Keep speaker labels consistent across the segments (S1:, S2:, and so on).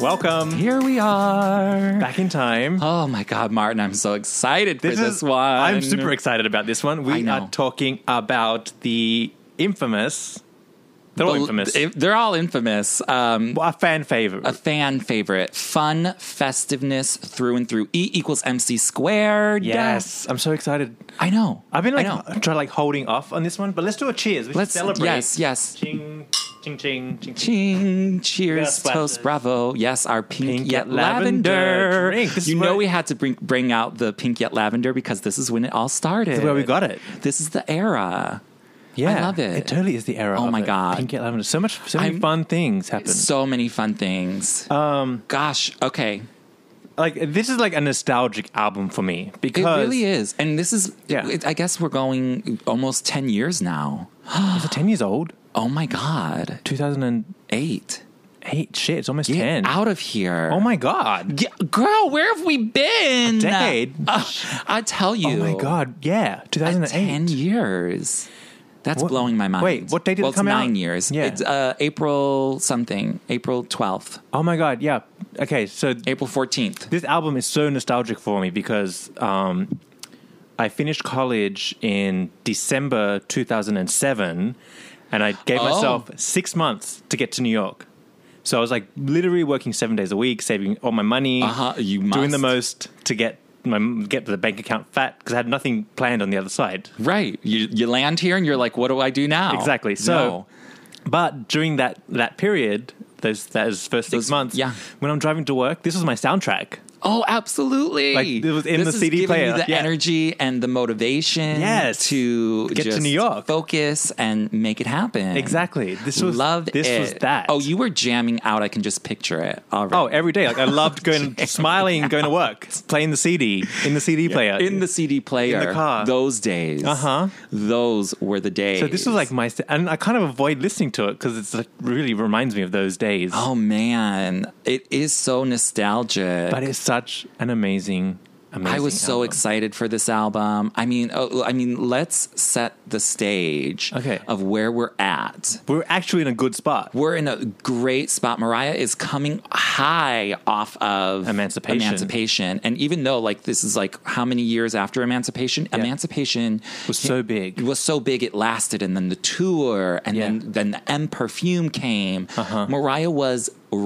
S1: Welcome
S2: Here we are.
S1: back in time.
S2: Oh my God, Martin, I'm so excited for this one.
S1: I'm super excited about this one.
S2: I
S1: We
S2: know.
S1: are talking about the infamous. They're all
S2: Well,
S1: infamous.
S2: they- They're all infamous. Um,
S1: a fan favorite.
S2: a fan favorite. Fun, festiveness through and through. E equals MC squared.
S1: yes, I'm so excited.
S2: I know.
S1: I've been
S2: I
S1: like
S2: know.
S1: try like holding off on this one, but let's do a cheers. We
S2: Let's-
S1: should celebrate.
S2: yes, yes.
S1: Ching, ching, ching, ching, ching.
S2: Ching, cheers,
S1: Yes,
S2: toast,
S1: glasses.
S2: bravo. Yes, our pink,
S1: Pink
S2: yet
S1: yet lavender
S2: lavender.
S1: drink. This
S2: You
S1: is
S2: know
S1: where-
S2: we had to bring bring out the pink yet lavender because this is when it all started.
S1: Where we got it.
S2: This is the era.
S1: Yeah,
S2: love it.
S1: It totally is the era.
S2: Oh
S1: of
S2: my
S1: it.
S2: God.
S1: Pink yet lavender. So much, so many
S2: I'm-
S1: fun things happen.
S2: So many fun things.
S1: um,
S2: Gosh. Okay.
S1: like this is like a nostalgic album for me
S2: It
S1: because
S2: really is. And this is,
S1: Yeah.
S2: it, I guess we're going almost 10 years now.
S1: is it ten years old?
S2: Oh my God.
S1: 2008.
S2: Eight.
S1: Shit, it's almost
S2: Get
S1: ten.
S2: out of here.
S1: Oh my god.
S2: G- Girl, where have we been?
S1: decade?
S2: Uh, I tell you.
S1: Oh my god. Yeah,
S2: uh,
S1: 2008.
S2: 10 years. That's
S1: What-
S2: blowing my mind.
S1: wait, what day did it
S2: well,
S1: come
S2: it's
S1: out?
S2: nine years.
S1: Yeah.
S2: It's uh, April something. April 12th.
S1: Oh my god. Yeah. Okay, so
S2: April 14th.
S1: this album is so nostalgic for me because um, I finished college in December 2007 and I gave
S2: Oh.
S1: myself six months to get to New York. So I was like literally working seven days a week, saving all my money,
S2: Uh-huh, you
S1: doing the most
S2: must.
S1: to get my get the bank account fat because I had nothing planned on the other side.
S2: Right. You, you land here and you're like, what do I do now?
S1: Exactly. So,
S2: Oh, No.
S1: but during that that period, those those first six
S2: Those-
S1: months,
S2: yeah.
S1: when I'm driving to work, this was my soundtrack.
S2: Oh, absolutely!
S1: Like, it was in
S2: This
S1: the
S2: is
S1: CD
S2: giving you
S1: player.
S2: the
S1: Yeah.
S2: energy and the motivation,
S1: Yes.
S2: to
S1: Get to
S2: just
S1: New York.
S2: focus and make it happen.
S1: Exactly. This was
S2: Love
S1: This
S2: it.
S1: was that.
S2: Oh, you were jamming out. I can just picture it. All right.
S1: Oh, every day. Like I loved going, smiling, going to work, playing the CD in the CD player.
S2: in the CD player,
S1: car.
S2: Those days,
S1: Uh-huh.
S2: Those were the days.
S1: so this was like my, and I kind of avoid listening to it because it's like really reminds me of those days.
S2: oh man, it is so nostalgic.
S1: But it's such an amazing, amazing.
S2: I was so
S1: album.
S2: excited for this album. I mean, oh, I mean, let's set the stage
S1: Okay.
S2: of where we're at.
S1: We're actually in a good spot.
S2: we're in a great spot. Mariah is coming high off of
S1: Emancipation.
S2: Emancipation. And even though like this is like how many years after Emancipation, Emancipation
S1: Was so big.
S2: It was so big it lasted and then the tour and
S1: Yeah. Uh-huh.
S2: then then the M perfume came. Mariah was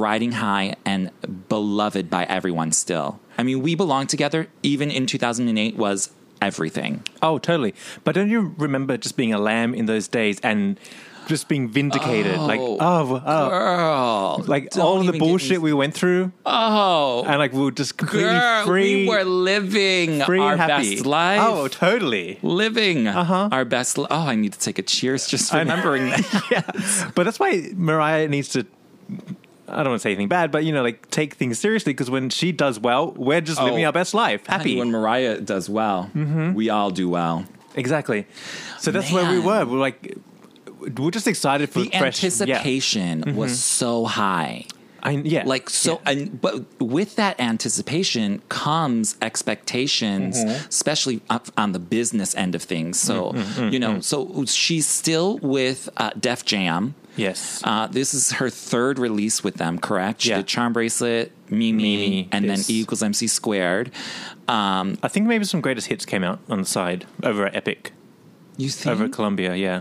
S2: riding high and beloved by everyone still. I mean, we belong together even in 2008 was everything.
S1: Oh, totally. But don't you remember just being a lamb in those days and just being vindicated? like, oh, oh.
S2: Girl.
S1: like
S2: don't
S1: all the
S2: even get me-
S1: bullshit we went through,
S2: Oh.
S1: and like we were just completely
S2: Girl,
S1: free,
S2: we were living
S1: free
S2: our
S1: and happy.
S2: best life.
S1: Oh, totally.
S2: living our best. Li- oh, I need to take a cheers just for
S1: Uh-huh. know.
S2: remembering that.
S1: yeah, but that's why Mariah needs to. I don't want to say anything bad, but you know, like take things seriously because when she does well, we're just living
S2: Oh.
S1: our best life, happy. Mm-hmm.
S2: When Mariah does well, we all do well.
S1: exactly. So that's where we
S2: Man.
S1: were. We're like, we're just excited for
S2: The
S1: fresh.
S2: anticipation was so high.
S1: Yeah, I, yeah.
S2: Like so, and but with that anticipation comes expectations,
S1: Mm-hmm.
S2: especially up on the
S1: Mm-hmm.
S2: business end of things. So you know, so she's still with uh, Def Jam.
S1: Yes.
S2: Uh, this is her third release with them, correct? She
S1: Yeah.
S2: did Charm Bracelet, Mimi,
S1: Mimi,
S2: and
S1: yes.
S2: then E equals MC squared. Um,
S1: I think maybe some greatest hits came out on the side over at Epic,
S2: you think?
S1: over at Columbia, yeah.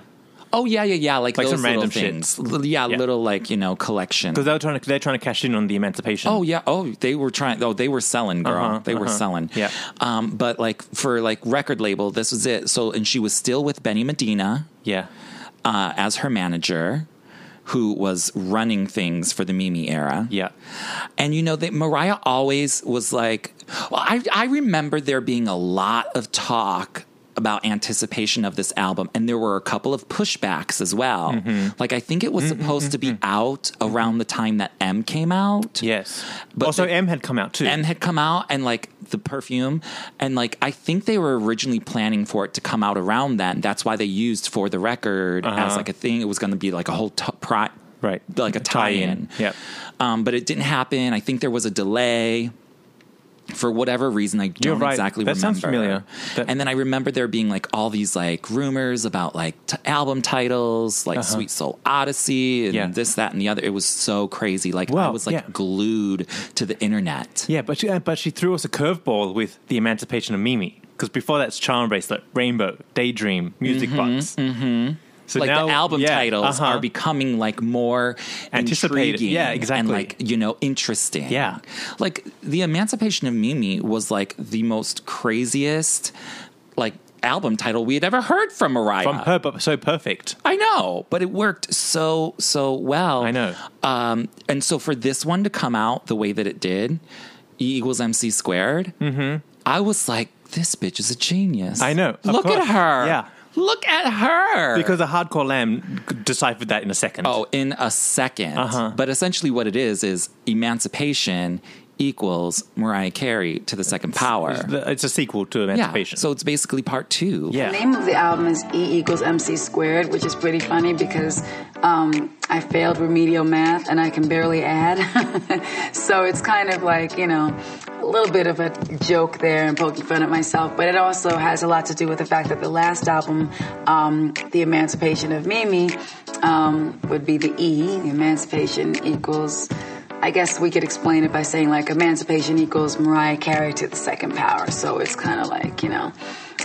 S2: oh yeah, yeah, yeah. Like,
S1: Like
S2: those
S1: some random
S2: little
S1: shit.
S2: things. L- Yeah,
S1: Yeah.
S2: little like you know collection.
S1: Because they were trying to they're trying to cash in on the emancipation.
S2: Oh yeah. Oh, they were trying. Oh, they were selling, girl.
S1: Uh-huh,
S2: they were
S1: uh-huh.
S2: selling.
S1: Yeah.
S2: Um, but like for like record label, this was it. So and she was still with Benny Medina
S1: yeah.
S2: uh, as her manager, who was running things for the Mimi era.
S1: Yeah.
S2: And you know that Mariah always was like, well, I I remember there being a lot of talk about anticipation of this album and there were a couple of pushbacks as well. Like I think it was supposed to be out around the time that M came out.
S1: Yes.
S2: But
S1: also,
S2: the-
S1: M had come out too.
S2: M had come out and like the perfume and like I think they were originally planning for it to come out around then. That's why they used for the record as like a thing. It was going to be like a whole t- pri-
S1: Right.
S2: like a tie-in.
S1: Yep.
S2: Um, but it didn't happen. I think there was a delay for whatever reason. I don't
S1: You're right.
S2: exactly
S1: That
S2: remember.
S1: sounds familiar. That-
S2: and then I remember there being like all these like rumors about like t- album titles, like Sweet Soul Odyssey, and
S1: Uh-huh. Yeah.
S2: this, that, and the other. It was so crazy. Like I
S1: Well,
S2: was like
S1: yeah.
S2: glued to the internet.
S1: Yeah, but she, uh, but she threw us a curveball with the emancipation of Mimi. Because before that's Charm Bracelet, Rainbow, Daydream, Music Box. Mm-hmm. So
S2: like
S1: now-
S2: the album
S1: yeah,
S2: titles
S1: uh-huh.
S2: are becoming like more
S1: Anticipated.
S2: intriguing
S1: Yeah,
S2: and
S1: exactly.
S2: like you know interesting
S1: Yeah.
S2: like the emancipation of mimi was like the most craziest like album title we had ever heard from mariah
S1: from her, but so perfect.
S2: I know, but it worked so so well.
S1: I know.
S2: um, and so for this one to come out the way that it did, E equals MC squared. Mm-hmm. I was like, this bitch is a genius.
S1: I know, of
S2: Look at
S1: course.
S2: her.
S1: Yeah.
S2: Look at her.
S1: Because a hardcore lamb deciphered that in a second.
S2: Oh, in a 2nd
S1: Uh-huh.
S2: But essentially, what it is is emancipation equals Mariah Carey to the second power.
S1: The- It's a sequel to
S2: yeah.
S1: Emancipation.
S2: So it's basically part two.
S1: yeah.
S3: The name of the album is E equals MC squared, which is pretty funny because um, I failed remedial math and I can barely add. so it's kind of like, you know, a little bit of a joke there and poking fun at myself. But it also has a lot to do with the fact that the last album, um, The Emancipation of Mimi, um, would be the E. The Emancipation equals. I guess we could explain it by saying like emancipation equals Mariah Carey to the second power. So it's kind of like, you know,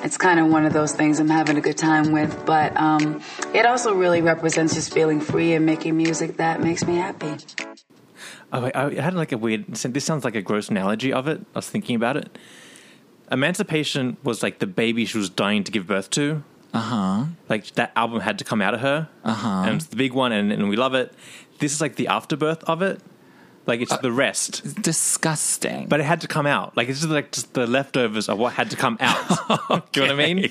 S3: it's kind of one of those things I'm having a good time with, but um, it also really represents just feeling free and making music that makes me happy.
S1: Oh, wait, I had like a weird. so This sounds like a gross analogy of it. I was thinking about it. Emancipation was like the baby she was dying to give birth to. Uh
S2: Uh-huh.
S1: huh. Like that album had to come out of her. Uh huh. And it's the big one, and, and we love it. This is like the afterbirth of it. Like
S2: Uh,
S1: it's the rest,
S2: Disgusting.
S1: but it had to come out. Like it's just like just the leftovers of what had to come out. Do you know what I mean?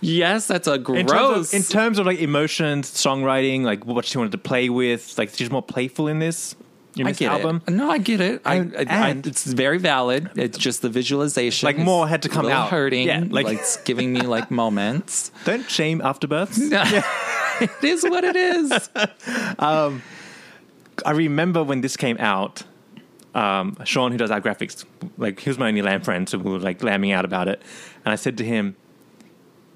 S2: yes, that's a gross.
S1: In terms, of, in terms of like emotions, songwriting, like what she wanted to play with, like she's more playful in this in
S2: I
S1: this
S2: get
S1: album.
S2: it. No, I get it. I,
S1: And-
S2: I,
S1: and-
S2: I, it's very valid. It's just the visualization.
S1: Like,
S2: is
S1: more had to
S2: a
S1: come
S2: little
S1: out.
S2: Hurting.
S1: Yeah,
S2: like,
S1: like-
S2: it's giving me like moments.
S1: Don't shame afterbirths.
S2: it is what it is.
S1: I remember when this came out, um, Sean, who does our graphics, like he was my only lamb friend, so we were like lambing out about it. And I said to him,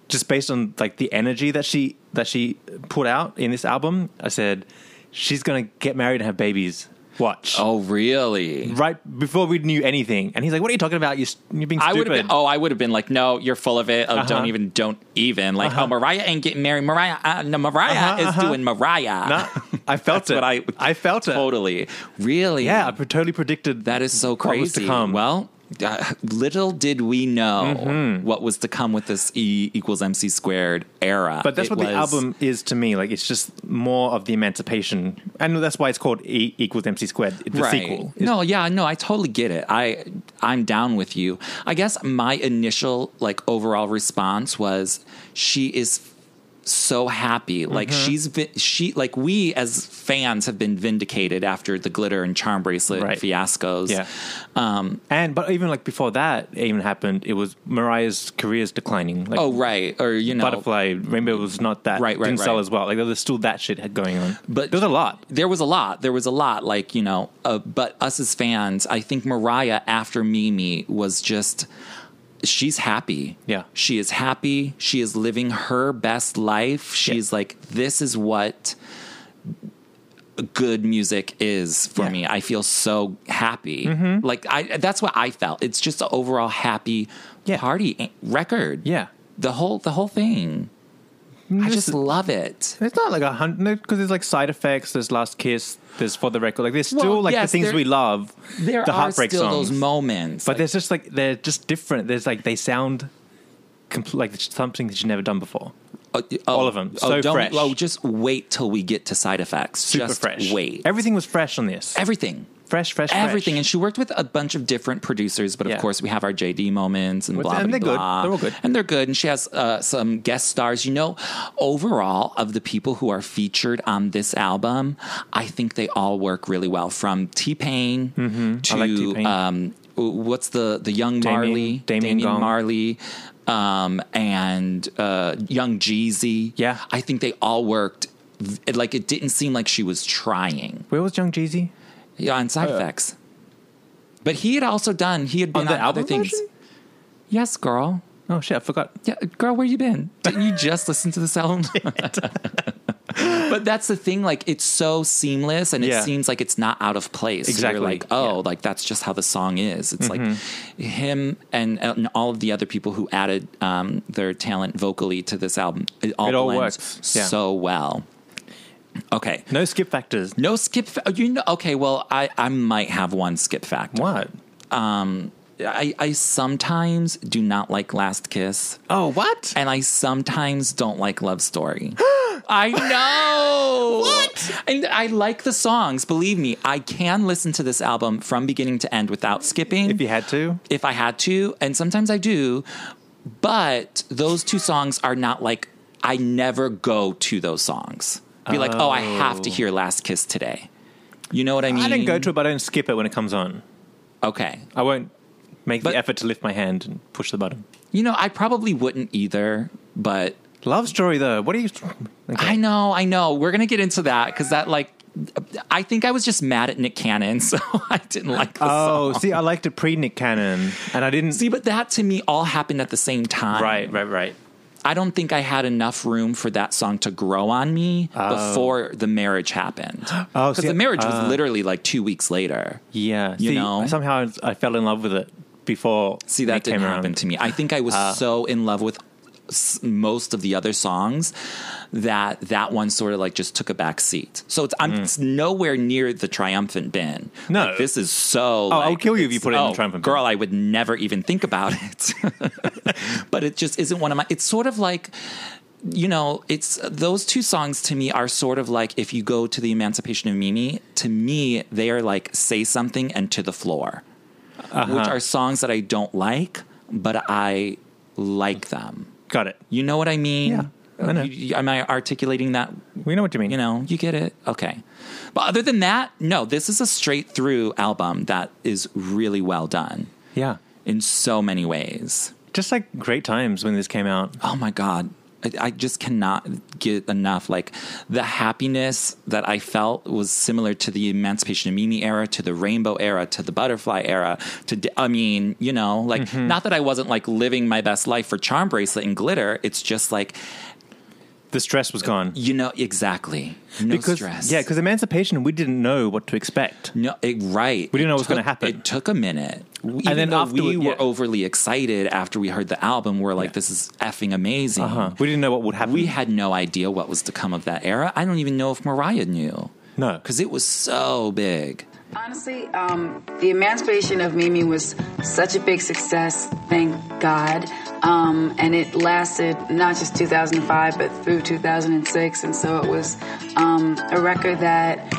S1: just based on like the energy that she that she put out in this album, I said, she's gonna get married and have babies. Watch.
S2: Oh, really?
S1: Right before we knew anything, and he's like, "What are you talking about? You're, st- you're being
S2: I
S1: stupid."
S2: would have been. Oh, I would have been like, no, you're full of it. Oh, don't
S1: Uh-huh.
S2: even, don't even. Like, oh, Mariah ain't getting married. Mariah, uh, no, Mariah
S1: Uh-huh,
S2: is
S1: uh-huh.
S2: doing Mariah.
S1: Nah, I felt
S2: oh, That's
S1: it.
S2: what I-
S1: I felt it.
S2: Totally, really.
S1: Yeah, I pre- totally predicted
S2: that is so
S1: what
S2: crazy.
S1: was to come.
S2: Well, uh, little did we know
S1: Mm-hmm.
S2: what was to come with this E equals MC squared era.
S1: But that's
S2: It
S1: what the
S2: was-
S1: album is to me. Like it's just more of the emancipation, and that's why it's called E equals MC squared. The sequel. It's-
S2: No, yeah, no, I totally get it. I I'm down with you. I guess my initial like overall response was she is so happy. Like
S1: Mm-hmm.
S2: she's vi- she like we as fans have been vindicated after the glitter and charm bracelet
S1: Right.
S2: fiascos.
S1: Yeah.
S2: Um
S1: And but even like before that even happened, it was Mariah's career's declining. Like
S2: oh right or you know
S1: Butterfly Rainbow was not that
S2: Right, right,
S1: didn't sell
S2: right.
S1: as well. Like there was still that shit had going on.
S2: But-
S1: there was a lot.
S2: there was a lot. There was a lot, like, you know, uh, but us as fans, I think Mariah after Mimi was just, she's happy.
S1: Yeah.
S2: She is happy. She is living her best life. She's like, this is what good music is for me. I feel so happy.
S1: Mm-hmm.
S2: Like I that's what I felt. It's just an overall happy
S1: Yeah.
S2: party a- record.
S1: Yeah.
S2: The whole the whole thing. I
S1: this
S2: just
S1: is-
S2: love it.
S1: It's not like a hundred because there's like side effects. There's last kiss. There's for the record. Like there's still
S2: Well,
S1: like
S2: yes,
S1: the things
S2: there-
S1: we love.
S2: There
S1: the
S2: are
S1: heartbreak
S2: still
S1: songs.
S2: those moments.
S1: but there's just like they're just different. There's like they sound compl- like it's something that you've never done before.
S2: Oh, oh,
S1: All of 'em. So
S2: don't-
S1: fresh.
S2: Oh, just wait till we get to side effects.
S1: Super
S2: just
S1: fresh.
S2: Wait.
S1: Everything was fresh on this.
S2: everything.
S1: fresh, fresh, fresh.
S2: Everything. And she worked with a bunch of different producers, but of
S1: Yeah.
S2: course we have our JD moments and
S1: Which-
S2: blah,
S1: and
S2: blah,
S1: they're good.
S2: blah.
S1: They're all good.
S2: And they're good. And she has uh, some guest stars. You know, overall, of the people who are featured on this album, I think they all work really well from T-Pain to,
S1: Mm-hmm. I like T-Pain.
S2: um, what's the, the young
S1: Damien-
S2: Marley,
S1: Damien Gong.
S2: Marley, um, and uh, young Jeezy.
S1: Yeah.
S2: I think they all worked. v- Like it didn't seem like she was trying.
S1: Where was Young Jeezy?
S2: Yeah, on side effects. But he had also done. He had been
S1: Uh, On
S2: on,
S1: the
S2: other
S1: album
S2: things.
S1: version?
S2: Yes, girl.
S1: Oh shit, I forgot.
S2: Yeah, girl, where you been? Didn't you just listen to this album? but that's the thing. Like, it's so seamless, and
S1: Yeah.
S2: it seems like it's not out of place. You're
S1: Exactly,
S2: like, oh, like that's just how the song is. It's
S1: Mm-hmm.
S2: like him and, and all of the other people who added um, their talent vocally to this album. It all,
S1: It all
S2: blends
S1: works. Yeah.
S2: so well. Okay.
S1: No skip factors.
S2: No skip. Fa- oh, you know, okay. Well, I, I might have one skip factor.
S1: What?
S2: I, I sometimes do not like Last Kiss,
S1: Oh what?
S2: and I sometimes don't like Love Story. I know. what? And I like the songs. Believe me, I can listen to this album from beginning to end without skipping.
S1: if you had to,
S2: if I had to, and sometimes I do, but those two songs are not like I never go to those songs. Be like, oh, I have to hear Last Kiss today. You know what I mean?
S1: I didn't go to it, but I don't skip it when it comes on.
S2: Okay.
S1: I won't make
S2: But-
S1: the effort to lift my hand and push the button.
S2: You know, I probably wouldn't either, but
S1: Love story though. What are you? Okay.
S2: I know, I know. We're going to get into that because that, like, I think I was just mad at Nick Cannon, so I didn't like the song.
S1: Oh, see, I liked it pre Nick Cannon, and I didn't.
S2: See, but that to me all happened at the same time.
S1: right, right, right.
S2: I don't think I had enough room for that song to grow on me before the marriage happened.
S1: Oh,
S2: because
S1: see,
S2: the marriage was
S1: uh,
S2: literally like two weeks later.
S1: Yeah,
S2: You
S1: see,
S2: know?
S1: somehow I fell in love with it before.
S2: See, that
S1: Nick came
S2: didn't happen
S1: around. Uh,
S2: to me. I think I was so in love with s- most of the other songs that that one sort of like just took a back seat. So it's, I'm, it's nowhere near the triumphant bin.
S1: Mm. No.
S2: Like, this is so.
S1: I'll kill you if you put it in the
S2: oh,
S1: triumphant bin.
S2: Girl, I would never even think about it. but it just isn't one of my. It's sort of like. You know, it's those two songs to me are sort of like if you go to the Emancipation of Mimi, to me, they are like say something and to the floor
S1: Uh-huh.
S2: which are songs that I don't like, but I like them.
S1: Got it.
S2: You know what I mean?
S1: Yeah, I know.
S2: You- you- am I articulating that?
S1: We know what you mean.
S2: You know, you get it? Okay. But other than that, no, this is a straight through album that is really well done
S1: Yeah,
S2: in so many ways.
S1: just like great times when this came out.
S2: Oh my God. I, I just cannot get enough. Like the happiness that I felt was similar to the Emancipation of Mimi era, to the Rainbow era, to the Butterfly era. To d- I mean, you know, like
S1: Mm-hmm.
S2: not that I wasn't like living my best life for Charm Bracelet and Glitter. It's just like
S1: The stress was gone.
S2: you know exactly no
S1: because
S2: stress.
S1: yeah, because emancipation, we didn't know what to expect.
S2: No, it, right.
S1: We didn't know
S2: It
S1: what was gonna
S2: took-
S1: happen.
S2: It took a minute. Even
S1: then
S2: though we
S1: afterward-
S2: were
S1: yeah.
S2: overly excited after we heard the album. We're like, this is effing amazing.
S1: Huh. Uh-huh. We didn't know what would happen.
S2: We had no idea what was to come of that era. I don't even know if Mariah knew
S1: no,
S2: because it was so big.
S3: Honestly, um, the emancipation of Mimi was such a big success, thank God. Um, and it lasted not just 2005, but through 2006. And so it was um, a record that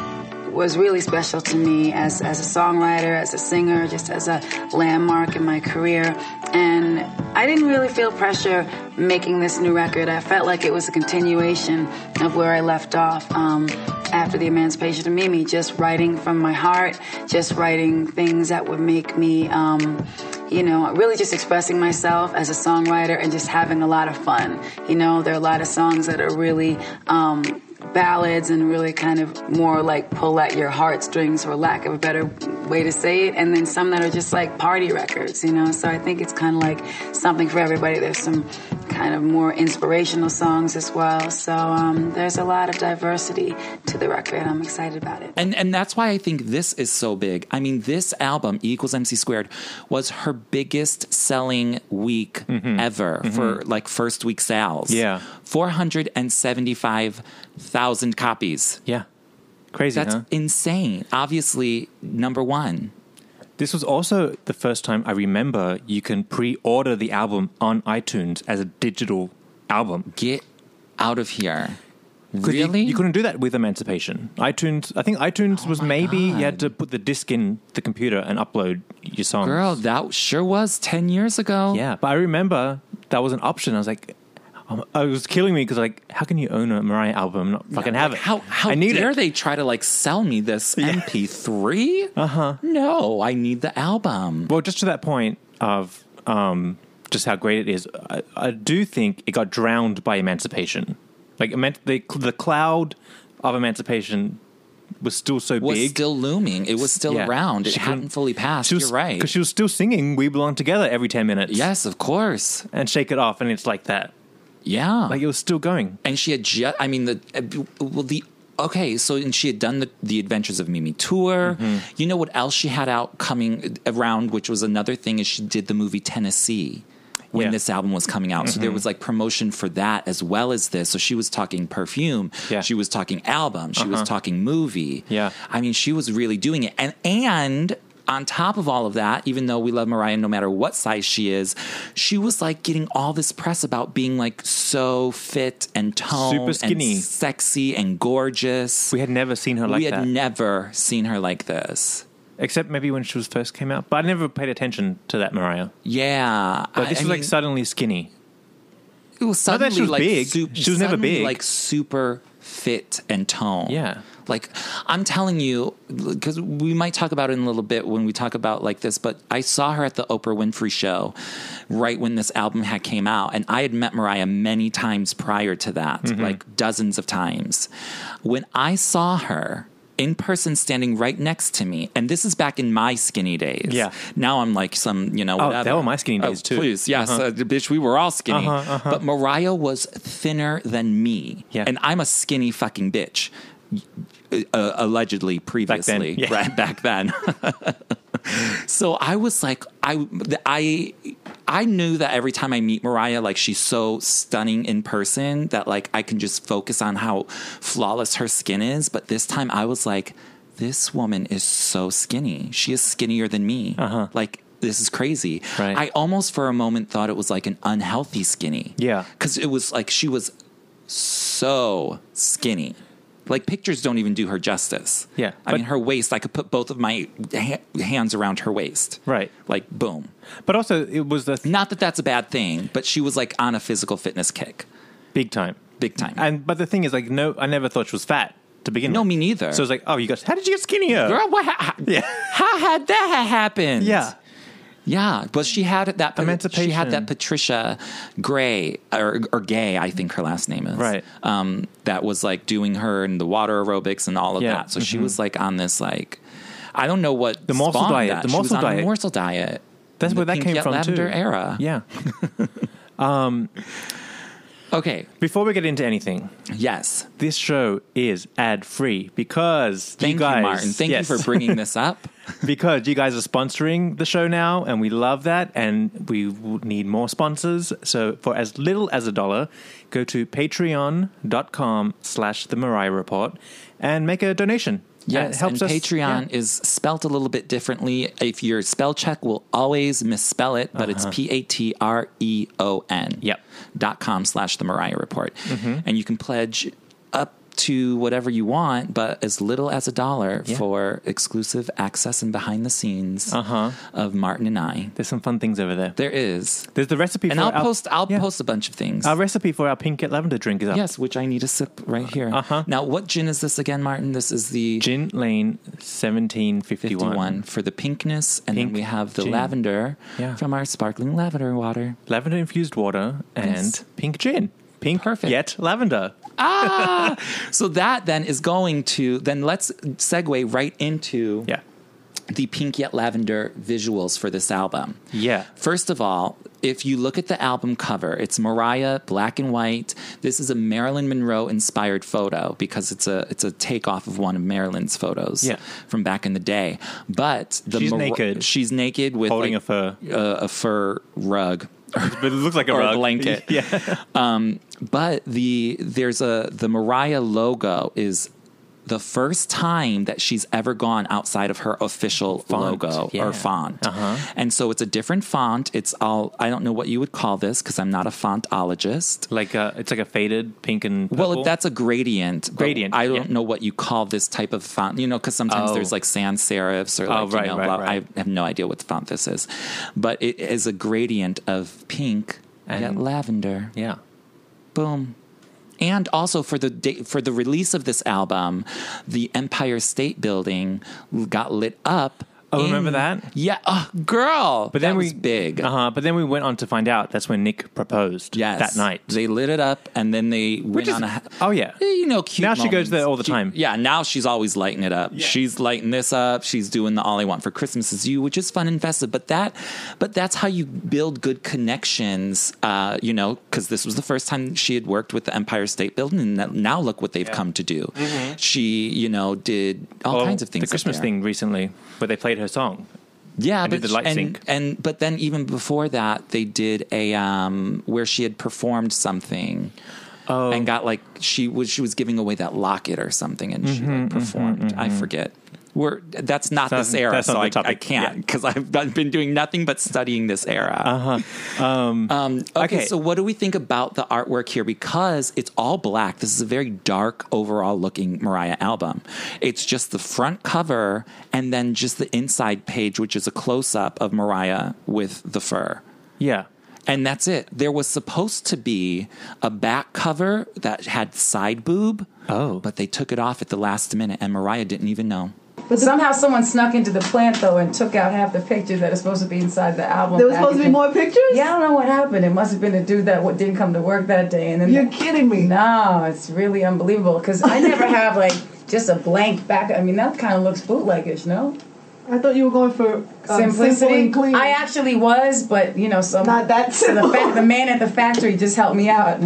S3: was really special to me as, as a songwriter, as a singer, just as a landmark in my career. And I didn't really feel pressure making this new record. I felt like it was a continuation of where I left off um, after the Emancipation of Mimi, just writing from my heart, just writing things that would make me. Um, you know, really just expressing myself as a songwriter and just having a lot of fun. You know, there are a lot of songs that are really um, ballads and really kind of more like pull at your heartstrings for lack of a better way to say it and then some that are just like party records you know so i think it's kind of like something for everybody there's some kind of more inspirational songs as well. So um, there's a lot of diversity to the record. I'm excited about it.
S2: And and that's why I think this is so big. I mean, this album E equals MC squared was her biggest selling week ever for like first week sales.
S1: Mm-hmm. Yeah.
S2: four hundred and seventy five thousand copies.
S1: Yeah. Crazy,
S2: That's
S1: huh?
S2: insane. Obviously, number one.
S1: This was also the first time I remember you can pre-order the album on iTunes as a digital album.
S2: Get out of here.
S1: 'Cause you-
S2: Really? Oh
S1: You, couldn't do that with Emancipation. iTunes, I think iTunes was maybe you had to put the disc in the computer and upload your songs.
S2: Girl, that sure was 10 years ago.
S1: Yeah, but I remember that was an option. I was like, um, it was killing me because like, how can you own a Mariah album and not fucking have
S2: Like,
S1: it?
S2: How how
S1: I need
S2: dare
S1: it.
S2: they try to like sell me this MP3? Uh
S1: Uh-huh.
S2: huh. No, I need the album.
S1: Well, just to that point of um, just how great it is, I, I do think it got drowned by Emancipation. Like eman- the the cloud of Emancipation was still so
S2: Was
S1: big.
S2: still looming. It was still
S1: Yeah.
S2: around. It
S1: She couldn't-
S2: hadn't fully passed.
S1: she was,
S2: You're right.
S1: because she was still singing "We Belong Together" every ten minutes.
S2: yes, of course.
S1: and "Shake It Off," and it's like that.
S2: Yeah.
S1: Like it was still going.
S2: and she had just i mean the uh, well the okay so and she had done the, the adventures of mimi tour
S1: Mm-hmm.
S2: you know what else she had out coming uh, around which was another thing is she did the movie tennessee when
S1: Yeah. Mm-hmm.
S2: this album was coming out so there was like promotion for that as well as this so she was talking perfume
S1: Yeah. Uh-huh.
S2: she was talking album she was talking movie
S1: Yeah.
S2: i mean she was really doing it and and on top of all of that, even though we love Mariah no matter what size she is, she was like getting all this press about being like so fit and toned,
S1: Super skinny.
S2: and sexy and gorgeous.
S1: We had never seen her like
S2: We had
S1: that,
S2: never seen her like this.
S1: except maybe when she was first came out. But I never paid attention to that Mariah.
S2: Yeah,
S1: But
S2: I-
S1: this
S2: I
S1: was like
S2: mean,
S1: suddenly skinny.
S2: it was
S1: not
S2: suddenly
S1: that she was
S2: like
S1: big.
S2: sup-
S1: She was never
S2: suddenly,
S1: big.
S2: like super fit and toned.
S1: Yeah.
S2: Like I'm telling you, because we might talk about it in a little bit when we talk about like this, but I saw her at the Oprah Winfrey show right when this album had came out, and I had met Mariah many times prior to that,
S1: Mm-hmm.
S2: like dozens of times. When I saw her in person standing right next to me, and this is back in my skinny days.
S1: Yeah.
S2: Now I'm like some, you know,
S1: Oh,
S2: whatever.
S1: that were my skinny days, too.
S2: Please, yes, uh bitch, we were all skinny.
S1: Uh-huh, uh-huh.
S2: But Mariah was thinner than me,
S1: Yeah.
S2: and I'm a skinny fucking bitch. Uh, allegedly, previously,
S1: yeah.
S2: right back then. so I was like, I, I, I knew that every time I meet Mariah, like she's so stunning in person that like I can just focus on how flawless her skin is. But this time, I was like, this woman is so skinny. She is skinnier than me. Uh-huh. Like. This is crazy.
S1: Right.
S2: I almost for a moment thought it was like an unhealthy skinny.
S1: Yeah.
S2: Because it was like she was so skinny. Like pictures don't even do her justice.
S1: Yeah,
S2: I
S1: but-
S2: mean, her waist, I could put both of my ha- hands around her waist.
S1: Right.
S2: Like, boom.
S1: But also, it was the
S2: Not that that's a bad thing, but she was like on a physical fitness kick,
S1: big time.
S2: big time.
S1: And but the thing is, like, no, I never thought she was fat to begin.
S2: No,
S1: with.
S2: me neither.
S1: So it's like, oh, you guys, how did you get skinnier?
S2: Girl, what? Ha-
S1: Yeah.
S2: How had that happened?
S1: Yeah,
S2: Yeah, but she had that
S1: Emancipation.
S2: She had that Patricia Gray or or Gay, I think her last name is
S1: Right.
S2: Um, that was like doing her and the water aerobics and all of
S1: Yeah.
S2: that. So she was like on this like, I don't know what the
S1: morsel diet,
S2: That.
S1: the
S2: She was
S1: morsel
S2: on
S1: diet.
S2: The morsel diet.
S1: that's
S2: in
S1: where
S2: the
S1: that
S2: pink
S1: came
S2: yet-
S1: from
S2: lavender
S1: too.
S2: era.
S1: Yeah.
S2: Okay.
S1: Before we get into anything,
S2: Yes.
S1: this show is ad free because
S2: Thank
S1: you
S2: you,
S1: guys,
S2: Martin. Thank
S1: Yes.
S2: you for bringing this up.
S1: because you guys are sponsoring the show now, and we love that, and we w- need more sponsors. So for as little as a dollar, go to patreon.com slash the Mariah Report and make a donation. Uh,
S2: Yes,
S1: it helps
S2: and
S1: us-
S2: Patreon
S1: yeah.
S2: is spelt a little bit differently. If your spell check will always misspell it, but it's P A T R E O N.
S1: Uh-huh. Yep. Mm-hmm.
S2: Dot com slash the Mariah Report, and you can pledge up to whatever you want, but as little as a dollar
S1: Yeah.
S2: for exclusive access and behind the scenes
S1: Uh-huh.
S2: of Martin and I.
S1: There's some fun things over there.
S2: There is,
S1: There's the recipe,
S2: and
S1: for
S2: I'll
S1: our-
S2: post. I'll
S1: yeah.
S2: post a bunch of things.
S1: Our recipe for our pink lavender drink is up.
S2: yes, which I need a sip right here.
S1: Uh-huh.
S2: Now, what gin is this again, Martin? This is the
S1: Gin Lane 1751.
S2: 51 for the pinkness. And
S1: Pink
S2: then we have the
S1: gin.
S2: lavender
S1: Yeah.
S2: from our sparkling lavender water.
S1: Lavender infused water and
S2: Yes.
S1: pink gin. Pink
S2: Perfect.
S1: yet lavender.
S2: So that then is going to, then let's segue right into
S1: Yeah.
S2: the pink yet lavender visuals for this album.
S1: Yeah.
S2: First of all, If you look at the album cover, it's Mariah, black and white. This is a Marilyn Monroe inspired photo because it's a it's a takeoff of one of Marilyn's photos
S1: Yeah.
S2: from back in the day. But the
S1: She's naked.
S2: She's naked with
S1: Holding
S2: like,
S1: a fur.
S2: a, a fur rug.
S1: But it looks like a
S2: Or a
S1: rug.
S2: blanket.
S1: Yeah.
S2: But the there's a the Mariah logo is the first time that she's ever gone outside of her official
S1: Font,
S2: logo
S1: yeah. Uh-huh.
S2: or font. And so it's a different font. It's all I don't know what you would call this because I'm not a fontologist.
S1: Like a, it's like a faded pink and purple.
S2: Well, that's a gradient. but
S1: Gradient,
S2: I don't
S1: yeah.
S2: know what you call this type of font. You know, because sometimes
S1: Oh.
S2: there's like sans serifs or like,
S1: Oh,
S2: you
S1: right,
S2: know,
S1: right,
S2: blah-
S1: right.
S2: I have no idea what font this is, but it is a gradient of pink and
S1: And-
S2: lavender.
S1: yeah.
S2: Boom. And also for the day, for the release of this album, the Empire State Building got lit up.
S1: Oh, remember that?
S2: Yeah, oh, girl. But that was big.
S1: Uh huh. But then we went on to find out that's when Nick proposed.
S2: Yes,
S1: That night.
S2: they lit it up, and then they went
S1: is-
S2: on a.
S1: oh, yeah.
S2: Eh, you know, cute.
S1: Now she goes
S2: moments.
S1: there all the
S2: Cute-
S1: time.
S2: Yeah, now she's always lighting it up. She's lighting this up. She's doing the "All I Want for Christmas Is You," which is fun and festive. But that, but that's how you build good connections. Uh, you know, because this was the first time she had worked with the Empire State Building, and that- now look what they've come to do. She, you know, did all
S1: Oh,
S2: kinds of things.
S1: The
S2: up
S1: Christmas
S2: there.
S1: thing recently, where they played her song.
S2: Yeah,
S1: And
S2: but
S1: did the light
S2: and,
S1: sync.
S2: and but then even before that, they did a um where she had performed something. Oh. And got like she was she was giving away that locket or something, and she like, performed. I forget. We're that's not
S1: Mm-hmm, That's-
S2: this era,
S1: that's not
S2: so
S1: the
S2: I, I
S1: topic.
S2: can't
S1: Yeah.
S2: because I've, I've been doing nothing but studying this era. Uh huh. Um, okay,
S1: okay.
S2: so what do we think about the artwork here? Because it's all black. This is a very dark overall looking Mariah album. It's just the front cover and then just the inside page, which is a close up of Mariah with the fur.
S1: Yeah.
S2: And that's it. There was supposed to be a back cover that had side boob.
S1: Oh.
S2: But they took it off at the last minute and Mariah didn't even know.
S4: But somehow someone snuck into the plant though and took out half the picture that is supposed to be inside the album.
S5: There was supposed to
S4: packaging.
S5: be more pictures?
S4: Yeah, I don't know what happened. It must have been a dude that w- didn't come to work that day, and then
S5: You're kidding me.
S4: No, it's really unbelievable because I never have like just a blank back. I mean, that kind of looks bootlegish, no?
S5: I thought you were going for um, simple
S4: Simplicity.
S5: and clean.
S4: I actually was, but you know, some
S5: Not that
S4: the,
S5: simple.
S4: fa- the man at the factory just helped me out.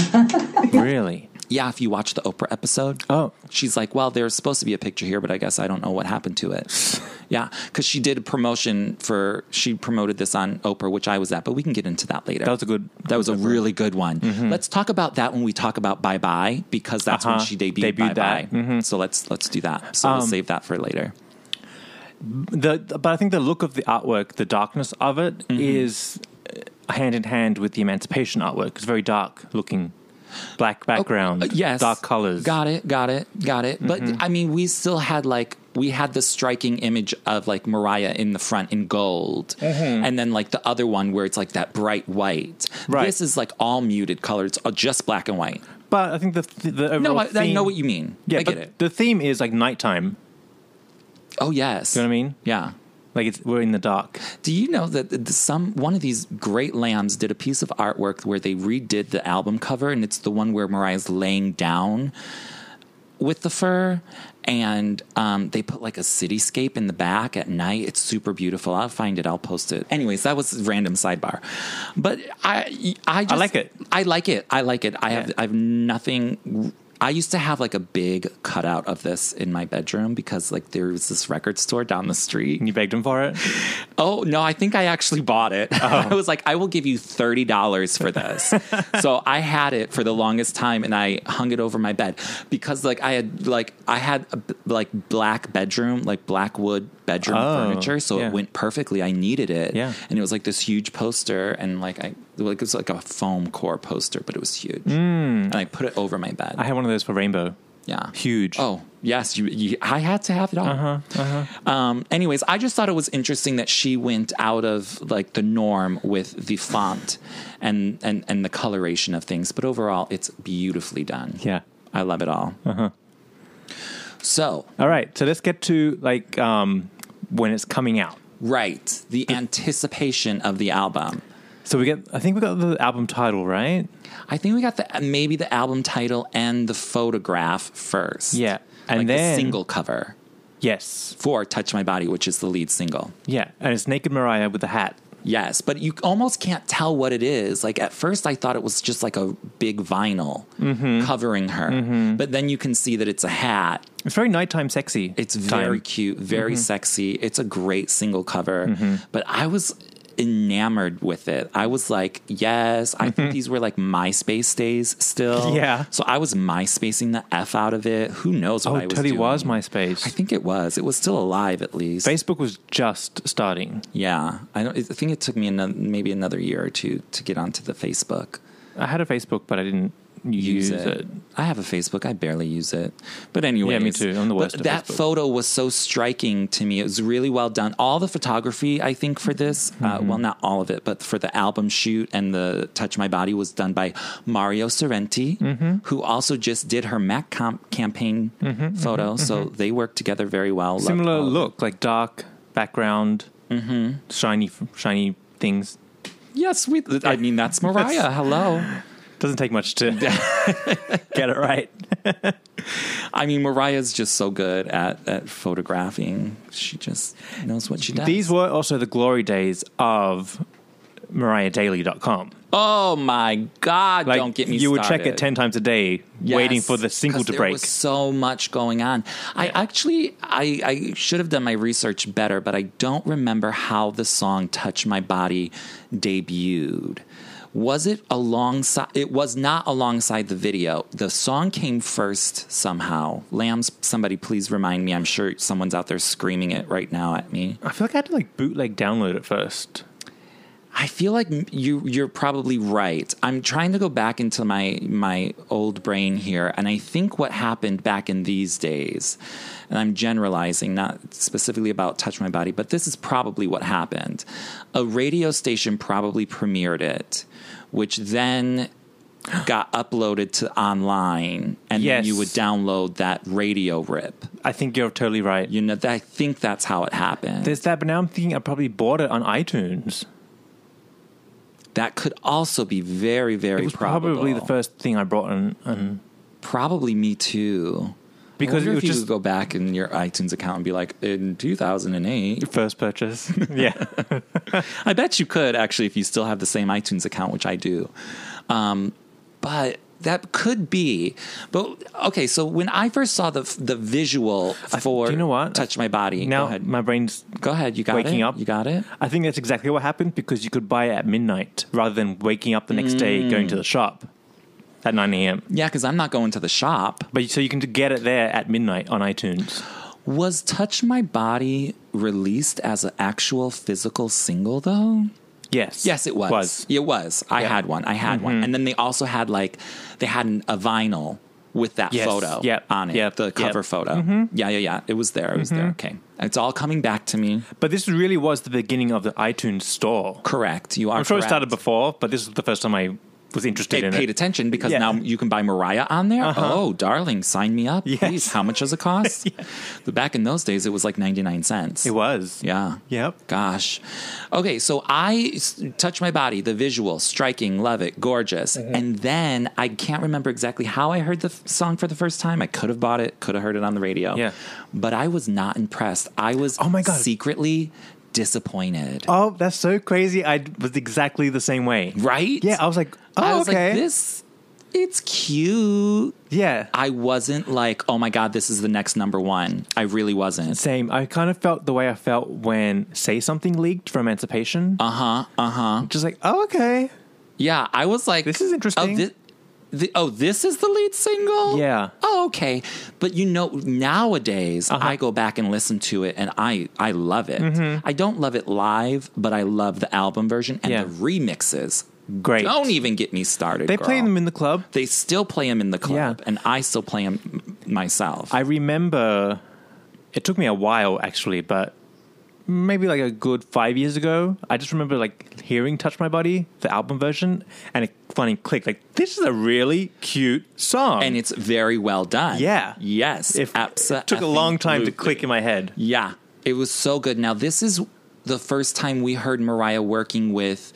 S1: Really?
S2: Yeah, if you watch the Oprah episode.
S1: Oh.
S2: She's like, well, there's supposed to be a picture here, but I guess I don't know what happened to it. yeah, because she did a promotion for, she promoted this on Oprah, which I was at, but we can get into that later.
S1: That was a good- Mm-hmm.
S2: that was a really good one. Let's talk about that when we talk about Bye Bye, because that's
S1: Uh-huh.
S2: when she debuted,
S1: Debuted
S2: Bye Bye.
S1: that. Mm-hmm. Um,
S2: So let's, let's do that. So we'll save that for later.
S1: The, but I think the look of the artwork, the darkness of it,
S2: Mm-hmm.
S1: is uh, hand in hand with the emancipation artwork. It's very dark looking, black background,
S2: Uh, yes.
S1: dark colors. Mm-hmm.
S2: Got it, got it, got it. But I mean, we still had like we had the striking image of like Mariah in the front in gold,
S1: Mm-hmm.
S2: and then like the other one where it's like that bright white.
S1: Right.
S2: This is like all muted color. It's all just black and white.
S1: But I think the th- the overall
S2: No, I,
S1: theme,
S2: I know what you mean.
S1: Yeah,
S2: I
S1: but
S2: get it.
S1: The theme is like nighttime.
S2: Oh yes,
S1: You know what I mean?
S2: yeah.
S1: Like it's we're in the dark.
S2: Do you know that th- some one of these great lambs did a piece of artwork where they redid the album cover, and it's the one where Mariah's laying down with the fur, and um, they put like a cityscape in the back at night. It's super beautiful. I'll find it. I'll post it. Anyways, that was random sidebar, but I I, just,
S1: like it.
S2: I like it. I like it. I have
S1: Yeah.
S2: I have nothing. I used to have like a big cutout of this in my bedroom because like there was this record store down the street.
S1: And you begged him for it.
S2: Oh no, I think I actually bought it. I
S1: Oh.
S2: was like, I will give you thirty dollars for this. so I had it for the longest time, and I hung it over my bed because like I had like I had a b- like black bedroom, like black wood bedroom
S1: Oh,
S2: furniture, so
S1: yeah.
S2: it went perfectly. I needed it,
S1: Yeah.
S2: And it was like this huge poster, and like I like it was like a foam core poster, but it was huge,
S1: Mm.
S2: and I put it over my bed.
S1: I had one of those for Rainbow.
S2: Yeah.
S1: Huge.
S2: Oh, yes. You, you, I had to have it all. Uh-huh, Um, anyways, I just thought it was interesting that she went out of like the norm with the font and, and, and the coloration of things. But overall, it's beautifully done.
S1: Yeah.
S2: I love it all. Uh-huh. So,
S1: All right. So let's get to like um, when it's coming out.
S2: right. The anticipation of the album.
S1: So we get. I think we got the album title right.
S2: I think we got the maybe the album title and the photograph first.
S1: Yeah. And
S2: like
S1: then-
S2: the single cover
S1: Yes.
S2: for Touch My Body, which is the lead single.
S1: Yeah. And it's naked Mariah with the hat.
S2: Yes, but you almost can't tell what it is. Like at first, I thought it was just like a big vinyl
S1: Mm-hmm.
S2: covering her, but then you can see that it's a hat.
S1: It's very nighttime sexy.
S2: It's
S1: time. Mm-hmm.
S2: very cute, very sexy. It's a great single cover, but I was enamored with it. I was like, yes, I think these were like MySpace days still.
S1: Mm-hmm. Yeah.
S2: So I was MySpacing the F out of it. Who knows
S1: Oh,
S2: what I was
S1: Teddy
S2: doing.
S1: was MySpace.
S2: I think it was. It was still alive at least.
S1: Facebook was just starting.
S2: Yeah, I don't. I think it took me another, maybe another year or two to get onto the Facebook.
S1: I had a Facebook, but I didn't use, it.
S2: I have a Facebook. I barely use it. But anyway,
S1: Yeah, me too. I'm the worst at
S2: that
S1: Facebook.
S2: photo was so striking to me. It was really well done. All the photography, I think, for this, uh,
S1: Mm-hmm.
S2: well, not all of it, but for the album shoot and the Touch My Body was done by Mario Sorrenti,
S1: Mm-hmm.
S2: who also just did her Mac comp campaign photo. So they worked together very well. Loved
S1: mm-hmm. Similar
S2: all of it.
S1: look, like dark background,
S2: Mm-hmm.
S1: shiny, shiny things.
S2: Yes, we. I mean, that's Mariah. Hello.
S1: Doesn't take much to get it right.
S2: I mean, Mariah's just so good at, at photographing. She just knows what she does.
S1: These were also the glory days of MariahDaily.com.
S2: oh my God! don't get me.
S1: you would check
S2: started.
S1: it 10 times a day,
S2: Yes,
S1: waiting for the single
S2: 'cause
S1: to
S2: there
S1: break.
S2: was so much going on. I actually, I, I should have done my research better, but I don't remember how the song "Touch My Body" debuted. Was it alongside? It was not alongside the video. The song came first somehow. Lambs, somebody please remind me. I'm sure someone's out there screaming it right now at me.
S1: I feel like I had to like bootleg download it first.
S2: I feel like m- you you're probably right. I'm trying to go back into my my old brain here, and I think what happened back in these days, and I'm generalizing, not specifically about Touch My Body, but this is probably what happened. A radio station probably premiered it, which then got uploaded to online, and then
S1: Yes.
S2: you would download that radio rip.
S1: I think you're totally right.
S2: You know, that- I think that's how it happened.
S1: There's that, but now I'm thinking I probably bought it on iTunes.
S2: that could also be very, very
S1: It was
S2: probable.
S1: probably the first thing I brought on. uh, on
S2: Probably me too.
S1: Because
S2: I wonder
S1: it
S2: if
S1: was
S2: you
S1: just-
S2: could go back in your iTunes account and be like, in 2008.
S1: first purchase. yeah.
S2: I bet you could actually if you still have the same iTunes account, which I do. Um, but that could be. But okay, so when I first saw the the visual for
S1: do you know what?
S2: Touch My Body, go
S1: Now
S2: ahead.
S1: my brain's.
S2: go ahead. You got
S1: waking
S2: it.
S1: up.
S2: You got it.
S1: I think that's exactly what happened because you could buy it at midnight rather than waking up the next
S2: Mm.
S1: day going to the shop at 9 a.m.
S2: Yeah, because I'm not going to the shop.
S1: But so you can get it there at midnight on iTunes.
S2: Was Touch My Body released as an actual physical single though?
S1: Yes. Mm-hmm.
S2: Yes, it was. It was. I had one. I had one. And then they also had like they had an, a vinyl with that
S1: Yes.
S2: photo
S1: Yep.
S2: on it,
S1: Yep. Mm-hmm.
S2: the cover
S1: Yep.
S2: photo. Yeah, yeah, yeah. It was there. It was there. Okay. It's all coming back to me.
S1: But this really was the beginning of the iTunes store.
S2: Correct. You are
S1: I'm sure
S2: correct.
S1: it started before, but this was the first time I was interested
S2: They
S1: in
S2: paid
S1: it.
S2: attention because
S1: Yeah. Uh-huh.
S2: now you can buy Mariah on there. Oh, darling, sign me up.
S1: Yes.
S2: Please. How much does it cost? But Back in those days, it was like 99 cents.
S1: It was.
S2: Yeah.
S1: Yep.
S2: Gosh. Okay, so I s- touch my body, the visual, striking, love it, gorgeous.
S1: Mm-hmm.
S2: And then I can't remember exactly how I heard the f- song for the first time. I could have bought it, could have heard it on the radio.
S1: Yeah.
S2: But I was not impressed. I was
S1: Oh my God.
S2: secretly disappointed.
S1: Oh, that's so crazy. I was exactly the same way.
S2: Right?
S1: Yeah, I was like, oh,
S2: I was
S1: okay.
S2: like, this it's cute.
S1: yeah.
S2: I wasn't like, oh my God, this is the next number one. I really wasn't.
S1: Same. I kind of felt the way I felt when Say Something leaked from Emancipation. Uh huh.
S2: Uh-huh,
S1: Uh huh. Just like, oh, okay.
S2: Yeah, I was like,
S1: This is
S2: Oh,
S1: interesting.
S2: thi- thi- oh, this is the lead single.
S1: Yeah. Uh-huh.
S2: Oh, okay. But you know, nowadays I go back and listen to it, and I I love it. I don't love it live, but I love the album version and
S1: Mm-hmm. Yeah.
S2: the remixes.
S1: Great.
S2: Don't even get me started.
S1: They play
S2: girl.
S1: them in the club.
S2: They still play them in the club,
S1: Yeah.
S2: and I still play them myself.
S1: I remember it took me a while actually, but maybe like a good five years ago, I just remember like hearing Touch My Body, the album version, and it finally clicked. Like, this is a really cute song.
S2: and it's very well done.
S1: Yeah.
S2: Yes.
S1: If-
S2: abso-
S1: it took a long time to
S2: absolutely.
S1: click in my head.
S2: Yeah, it was so good. Now this is the first time we heard Mariah working with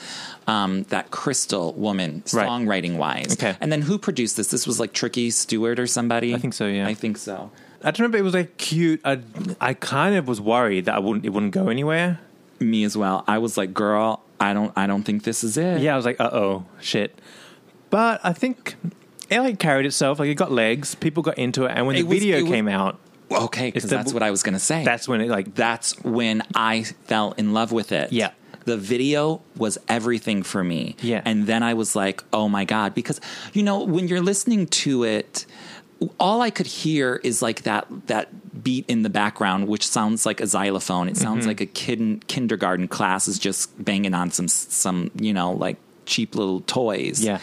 S2: um, that Crystal woman,
S1: Right.
S2: songwriting wise.
S1: Okay.
S2: And then who produced this? This was like Tricky Stewart or somebody. I
S1: think so, yeah.
S2: I think so.
S1: I just remember it was like cute. I, I kind of was worried that I wouldn't it wouldn't go anywhere.
S2: me as well. I was like, girl, I don't, I don't think this is it.
S1: Yeah, I was like, uh oh, shit. But I think it like carried itself. Like it got legs. People got into it, and when
S2: It
S1: the
S2: was-
S1: video
S2: it was-
S1: came out,
S2: Okay, because
S1: the-
S2: that's what I was gonna say.
S1: that's when it like
S2: that's when I fell in love with it.
S1: Yeah.
S2: The video was everything for me.
S1: Yeah.
S2: And then I was like, oh my God. Because, you know, when you're listening to it, all I could hear is like that that beat in the background, which sounds like a xylophone. It sounds
S1: Mm-hmm.
S2: like a kid in kindergarten class is just banging on some some, you know, like cheap little toys.
S1: yeah.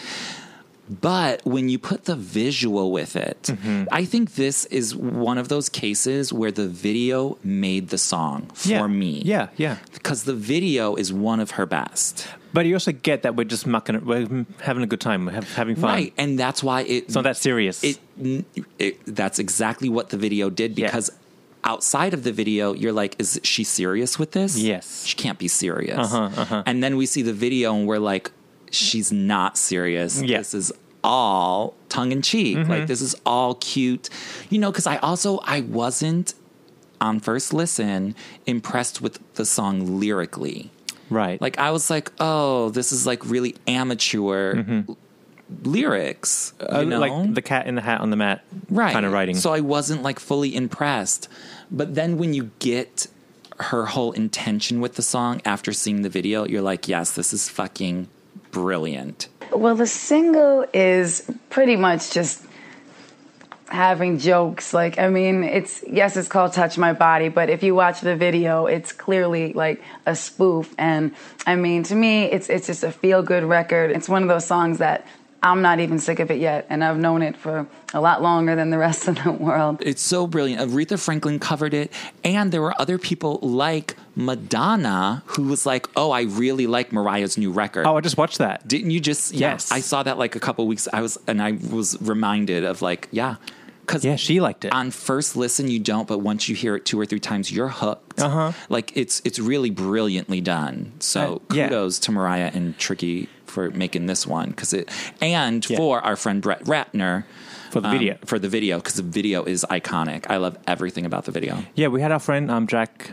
S2: But when you put the visual with it,
S1: Mm-hmm.
S2: I think this is one of those cases where the video made the song for
S1: yeah.
S2: me.
S1: Yeah, yeah.
S2: Because the video is one of her best.
S1: But you also get that we're just mucking it. We're having a good time. We're hav- having fun.
S2: Right. And that's why it.
S1: It's not that serious.
S2: it, it that's exactly what the video did
S1: Yeah.
S2: because outside of the video you're like is she serious with this
S1: Yes. Uh-huh,
S2: she can't be serious and then we see the video and we're like she's not serious
S1: Yeah. Mm-hmm.
S2: this is all tongue-in-cheek like this is all cute you know because i also i wasn't on first listen impressed with the song lyrically
S1: right.
S2: like I was like, oh, this is like really amateur l- lyrics, you
S1: Mm-hmm. Uh,
S2: know?
S1: like the cat in the hat on the mat
S2: right
S1: kind of writing.
S2: So I wasn't like fully impressed. But then when you get her whole intention with the song after seeing the video, you're like, yes, this is fucking brilliant.
S3: Well, the single is pretty much just having jokes. Like, I mean, it's yes, it's called Touch My Body, but if you watch the video, it's clearly like a spoof. And I mean, to me, it's it's just a feel good record. It's one of those songs that I'm not even sick of it yet, and I've known it for a lot longer than the rest of the world.
S2: It's so brilliant. Aretha Franklin covered it, and there were other people like Madonna who was like, "Oh, I really like Mariah's new record."
S1: oh, I just watched that.
S2: Didn't you just?
S1: Yes.
S2: Yes, I saw that like a couple weeks. I was and I was reminded of like yeah, because
S1: yeah, she liked it.
S2: on first listen you don't, but once you hear it two or three times, you're hooked.
S1: Uh-huh.
S2: Like it's it's really brilliantly done. So
S1: Uh, yeah.
S2: kudos to Mariah and Tricky for making this one because it and
S1: Yeah.
S2: for our friend Brett Ratner. um,
S1: For the video.
S2: for the video, because the video is iconic. I love everything about the video.
S1: yeah, we had our friend um Jack.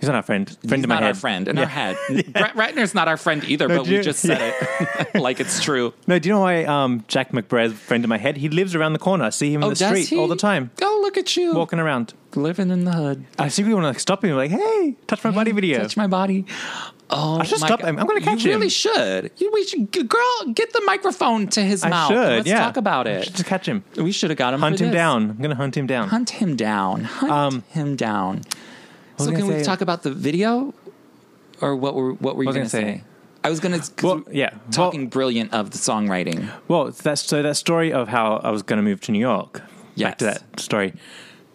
S1: He's not our friend. Friend
S2: He's
S1: in my
S2: not
S1: head.
S2: our friend in
S1: Yeah.
S2: our head. Brett Ratner's not our friend either,
S1: No,
S2: but
S1: do
S2: we
S1: you-
S2: just said it like it's true.
S1: No, do you know why um Jack McBride, friend in my head? He lives around the corner. I see him in the
S2: Oh, does
S1: street
S2: he?
S1: all the time,
S2: Oh, look at you
S1: walking around.
S2: living in the hood.
S1: I secretly want to like, stop him, like, hey, touch my body video.
S2: Touch my body. Oh,
S1: I should
S2: my
S1: stop
S2: God.
S1: him. I'm gonna catch
S2: you
S1: him.
S2: Really should. You, we should. g- Girl, get the microphone to his
S1: I
S2: mouth.
S1: should.
S2: Let's
S1: yeah,
S2: talk about
S1: I
S2: it.
S1: should just catch him,
S2: we should have got him.
S1: hunt
S2: for
S1: him
S2: this.
S1: down. I'm gonna hunt him down.
S2: Hunt him down. Hunt
S1: Um,
S2: him down.
S1: was
S2: So
S1: I
S2: can
S1: gonna
S2: we
S1: say?
S2: talk about the video, or what were what were you
S1: What
S2: going
S1: was I gonna
S2: to say?
S1: say?
S2: I was going to.
S1: Well, yeah. Well-
S2: Talking brilliant of the songwriting.
S1: Well, that's so that story of how I was going to move to New York. Back to
S2: Yes.
S1: that story.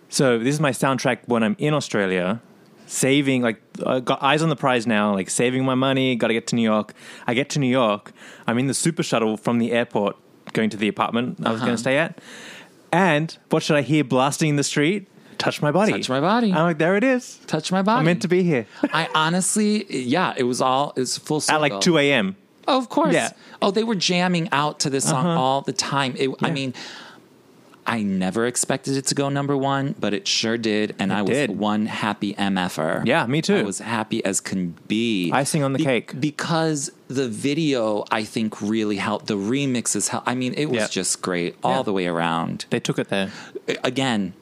S1: So this is my soundtrack when I'm in Australia, saving like I got eyes on the prize now, like saving my money. Got to get to New York. I get to New York. I'm in the super shuttle from the airport going to the apartment I was
S2: Uh-huh.
S1: going to stay at. And what should I hear blasting in the street? Touch my body.
S2: Touch My Body.
S1: I'm like, there it is.
S2: Touch my body.
S1: I'm meant to be here
S2: I honestly, yeah, it was all it was full
S1: at
S2: circle.
S1: like 2 a.m.
S2: Oh, of course.
S1: Yeah. Uh-huh.
S2: Oh, they were jamming out to this song all the time. It, I
S1: Yeah.
S2: mean, I never expected it to go number one, but it sure did, and I was
S1: did.
S2: one happy mf'er.
S1: Yeah, me too.
S2: I was happy as can be.
S1: Icing on the cake.
S2: because the video, I think, really helped. The remixes helped. I mean, it was
S1: Yeah.
S2: just great all
S1: Yeah.
S2: the way around
S1: They took it there.
S2: again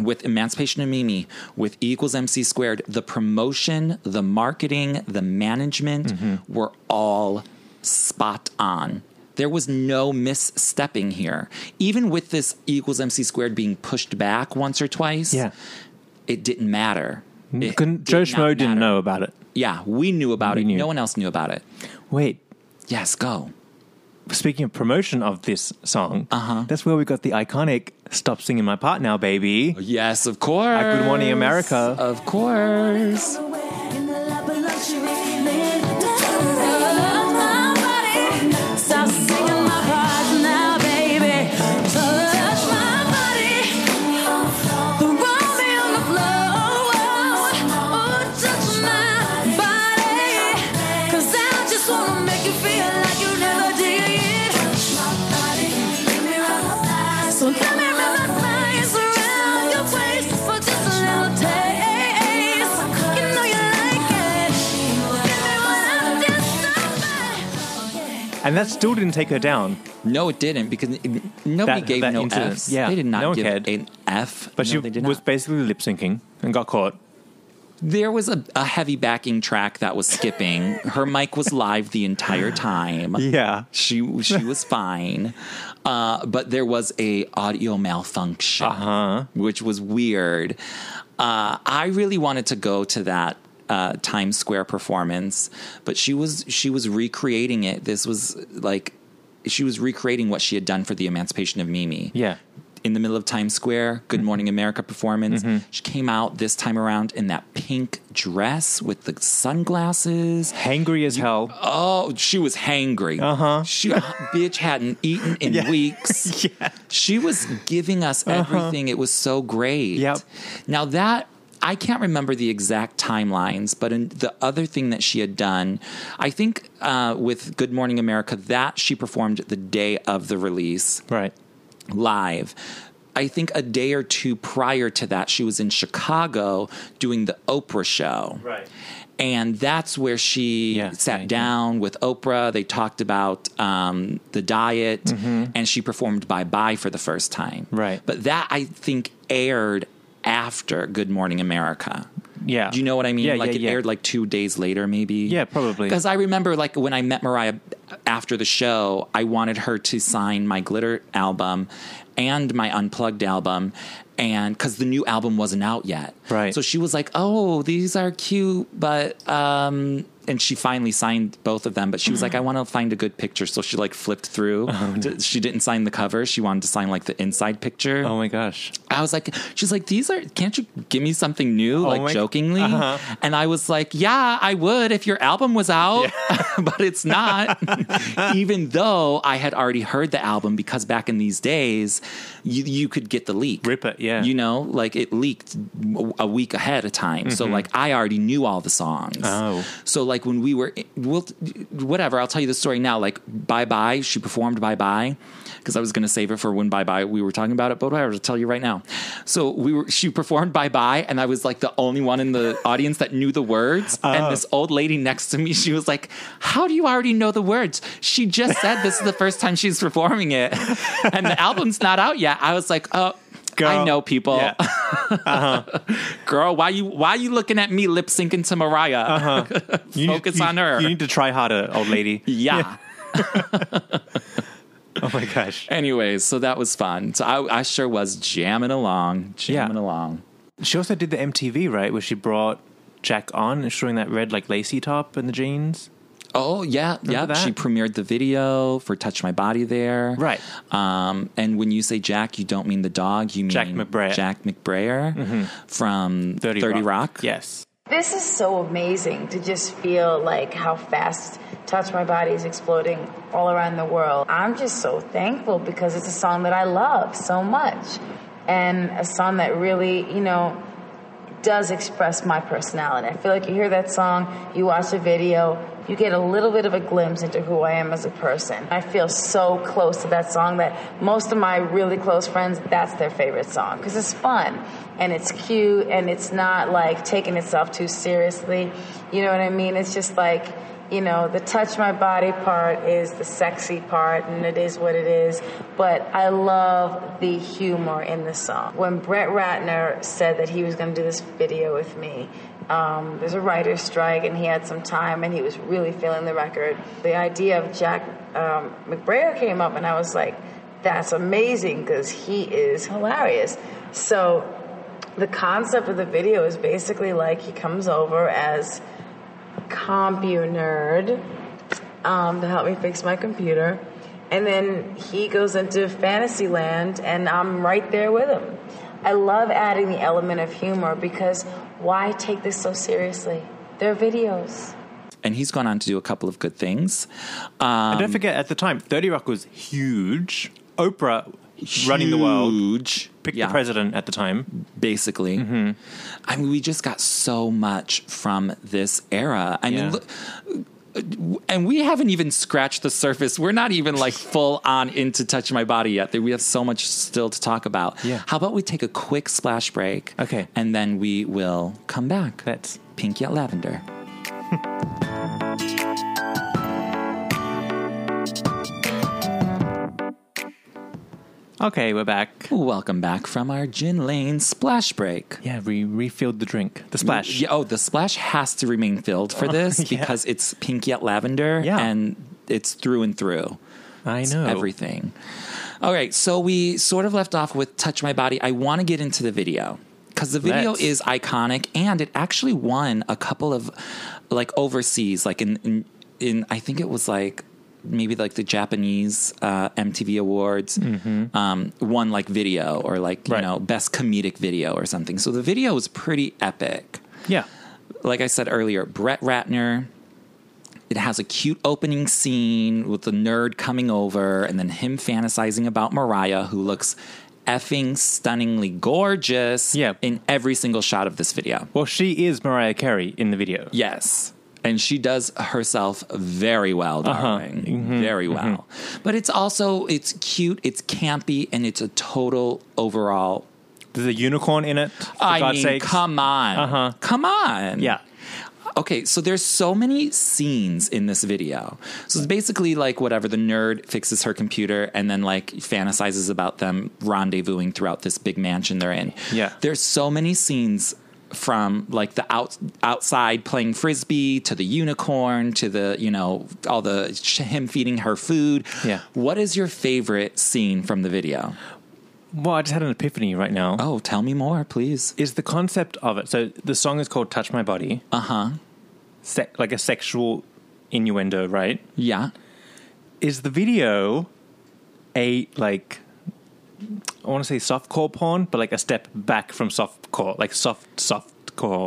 S2: with emancipation of mimi with e equals mc squared the promotion the marketing the management
S1: Mm-hmm.
S2: were all spot on there was no misstepping here even with this e equals mc squared being pushed back once or twice
S1: Yeah.
S2: it didn't matter It
S1: Couldn't,
S2: did
S1: Joe
S2: not
S1: Schmo didn't
S2: matter.
S1: know about it.
S2: yeah we knew about
S1: We
S2: it
S1: knew.
S2: no one else knew about it
S1: Wait,
S2: yes go
S1: speaking of promotion of this song,
S2: Uh-huh.
S1: that's where we got the iconic "Stop Singing My Part Now, Baby."
S2: yes of course
S1: At Good Morning America.
S2: of course
S6: Stop singing my part now, baby. Touch my body. Throw me on the floor. Oh, touch my body. 'Cause I just wanna make you feel like you never did. So let me run my fires around your waist for just a little taste. You know you
S1: and that still didn't take her down.
S2: No, it didn't because it- nobody
S1: That-
S2: gave
S1: that
S2: no
S1: incident-
S2: Fs.
S1: yeah,
S2: they did not
S1: no one
S2: give
S1: cared.
S2: an F.
S1: But
S2: No,
S1: she
S2: they
S1: was
S2: did not.
S1: basically lip syncing and got caught.
S2: There was a, a heavy backing track that was skipping. Her mic was live the entire time.
S1: Yeah.
S2: She she was fine, uh, but there was a audio malfunction, uh-huh. which was weird. Uh, I really wanted to go to that uh, Times Square performance, but she was she was recreating it. This was like she was recreating what she had done for the Emancipation of Mimi.
S1: Yeah.
S2: in the middle of Times Square, Good Morning America performance. She came out this time around in that pink dress with the sunglasses.
S1: Hangry as hell.
S2: Oh, she was hangry. Uh huh. She bitch hadn't eaten in weeks. yeah. She was giving us everything. It was so great.
S1: Yep.
S2: Now that I can't remember the exact timelines, but in the other thing that she had done, I think uh, with Good Morning America, that she performed the day of the release
S1: Right.
S2: live. I think a day or two prior to that, she was in Chicago doing the Oprah show.
S1: Right.
S2: And that's where she
S1: Yeah,
S2: sat
S1: yeah, yeah.
S2: down with Oprah. They talked about um, the diet, and she performed Bye Bye for the first time.
S1: Mm-hmm. Right.
S2: But that, I think, aired after Good Morning America.
S1: Yeah.
S2: Do you know what I mean?
S1: Yeah,
S2: like
S1: yeah,
S2: it
S1: yeah.
S2: aired like two days later, maybe.
S1: Yeah, probably.
S2: Because I remember like when I met Mariah after the show, I wanted her to sign my Glitter album and my Unplugged album. And because the new album wasn't out yet.
S1: Right.
S2: So she was like, oh, these are cute, but. um and she finally signed both of them, but she was like, "I want to find a good picture." So she like flipped through.
S1: Oh,
S2: D- She didn't sign the cover; she wanted to sign like the inside picture.
S1: Oh my gosh.
S2: I was like, she's like, these are, can't you give me something new?
S1: Oh my- Uh-huh.
S2: like jokingly. And I was like, yeah, I would if your album was out, but it's not. Even though I had already heard the album because back in these days, you, you could get the leak.
S1: Rip it, yeah.
S2: You know, like it leaked w- a week ahead of time. So like I already knew all the songs.
S1: Oh.
S2: So like when we were, we'll, whatever. I'll tell you the story now. Like bye bye, she performed bye bye because I was going to save it for when bye bye we were talking about it, but whatever. I'll tell you right now. So we were, she performed bye bye, and I was like the only one in the audience that knew the words. And this old lady next to me, she was like, "How do you already know the words? She just said this is the first time she's performing it, and the album's not out yet." I was like, "Oh." I
S1: Girl.
S2: know people,
S1: Yeah.
S2: girl. Why you why you looking at me lip syncing to Mariah?
S1: You need-
S2: Focus
S1: you-
S2: on her.
S1: You need to try harder, old lady.
S2: yeah.
S1: Oh my gosh.
S2: Anyways, so that was fun. So I, I sure was jamming along, jamming
S1: Yeah.
S2: along.
S1: She also did the MTV, right? Where she brought Jack on and showing that red, like, lacy top and the jeans.
S2: Oh yeah, yeah.
S1: that?
S2: She premiered the video for "Touch My Body" there,
S1: Right.
S2: Um, and when you say Jack, you don't mean the dog. You mean
S1: Jack McBrayer.
S2: Jack McBrayer from
S1: 30,
S2: Thirty, Rock.
S1: Yes.
S3: This is so amazing to just feel like how fast Touch My Body is exploding all around the world. I'm just so thankful because it's a song that I love so much and a song that really, you know, does express my personality. I feel like you hear that song, you watch a video, you get a little bit of a glimpse into who I am as a person. I feel so close to that song that most of my really close friends, that's their favorite song because it's fun and it's cute and it's not like taking itself too seriously. You know what I mean? It's just like, you know, the touch my body part is the sexy part and it is what it is. But I love the humor in the song. When Brett Ratner said that he was going to do this video with me, um, there's a writer's strike and he had some time and he was really feeling the record. The idea of Jack um, McBrayer came up and I was like, that's amazing because he is hilarious. So the concept of the video is basically like he comes over as CompuNerd um, to help me fix my computer. And then he goes into fantasy land, and I'm right there with him. I love adding the element of humor because why take this so seriously? They're videos.
S2: And he's gone on to do a couple of good things. Um,
S1: And don't forget, at the time, 30 Rock was huge. Oprah running the world.
S2: huge.
S1: Picked
S2: Yeah.
S1: the president at the time.
S2: basically.
S1: Mm-hmm.
S2: I mean, we just got so much from this era. I
S1: Yeah.
S2: mean, look, and we haven't even scratched the surface. We're not even like full on into Touch My Body yet. We have so much still to talk about.
S1: Yeah.
S2: How about we take a quick splash break?
S1: Okay.
S2: And then we will come back.
S1: That's
S2: Pink Yet Lavender.
S1: Okay, we're back.
S2: Welcome back from our Gin Lane splash break.
S1: Yeah, we refilled the drink. The splash. Oh,
S2: Yeah, oh, the splash has to remain filled for this
S1: yeah.
S2: because it's pink yet lavender
S1: Yeah.
S2: and it's through and through.
S1: I
S2: It's
S1: know.
S2: Everything. All right, so we sort of left off with Touch My Body. I want to get into the video because the video
S1: Let's.
S2: is iconic and it actually won a couple of like overseas, like in, in, in I think it was like maybe like the Japanese uh, MTV Awards, um, won like video or like,
S1: Mm-hmm.
S2: you
S1: Right.
S2: know, best comedic video or something. So the video was pretty epic
S1: Yeah.
S2: like I said earlier, Brett Ratner. It has a cute opening scene with the nerd coming over and then him fantasizing about Mariah, who looks effing stunningly gorgeous
S1: Yeah.
S2: in every single shot of this video.
S1: Well, she is Mariah Carey in the video.
S2: Yes. And she does herself very well,
S1: Uh-huh.
S2: darling.
S1: Mm-hmm.
S2: Very well. But it's also it's cute, it's campy, and it's a total overall.
S1: There's a unicorn in it. For
S2: I
S1: God's
S2: mean,
S1: sakes.
S2: come on,
S1: Uh-huh.
S2: come on,
S1: Yeah.
S2: Okay, so there's so many scenes in this video. So it's basically like whatever the nerd fixes her computer and then like fantasizes about them rendezvousing throughout this big mansion they're in.
S1: Yeah.
S2: There's so many scenes from like the out, outside playing frisbee to the unicorn to the you know all the sh- him feeding her food.
S1: Yeah.
S2: What is your favorite scene from the video?
S1: Well, I just had an epiphany right now.
S2: Oh, tell me more, please.
S1: Is the concept of it. So the song is called Touch My Body. Uh huh.
S2: Uh-huh.
S1: Se- like a sexual innuendo, right?
S2: Yeah.
S1: Is the video a, like, I want to say softcore porn, but like a step back from softcore, like soft, softcore.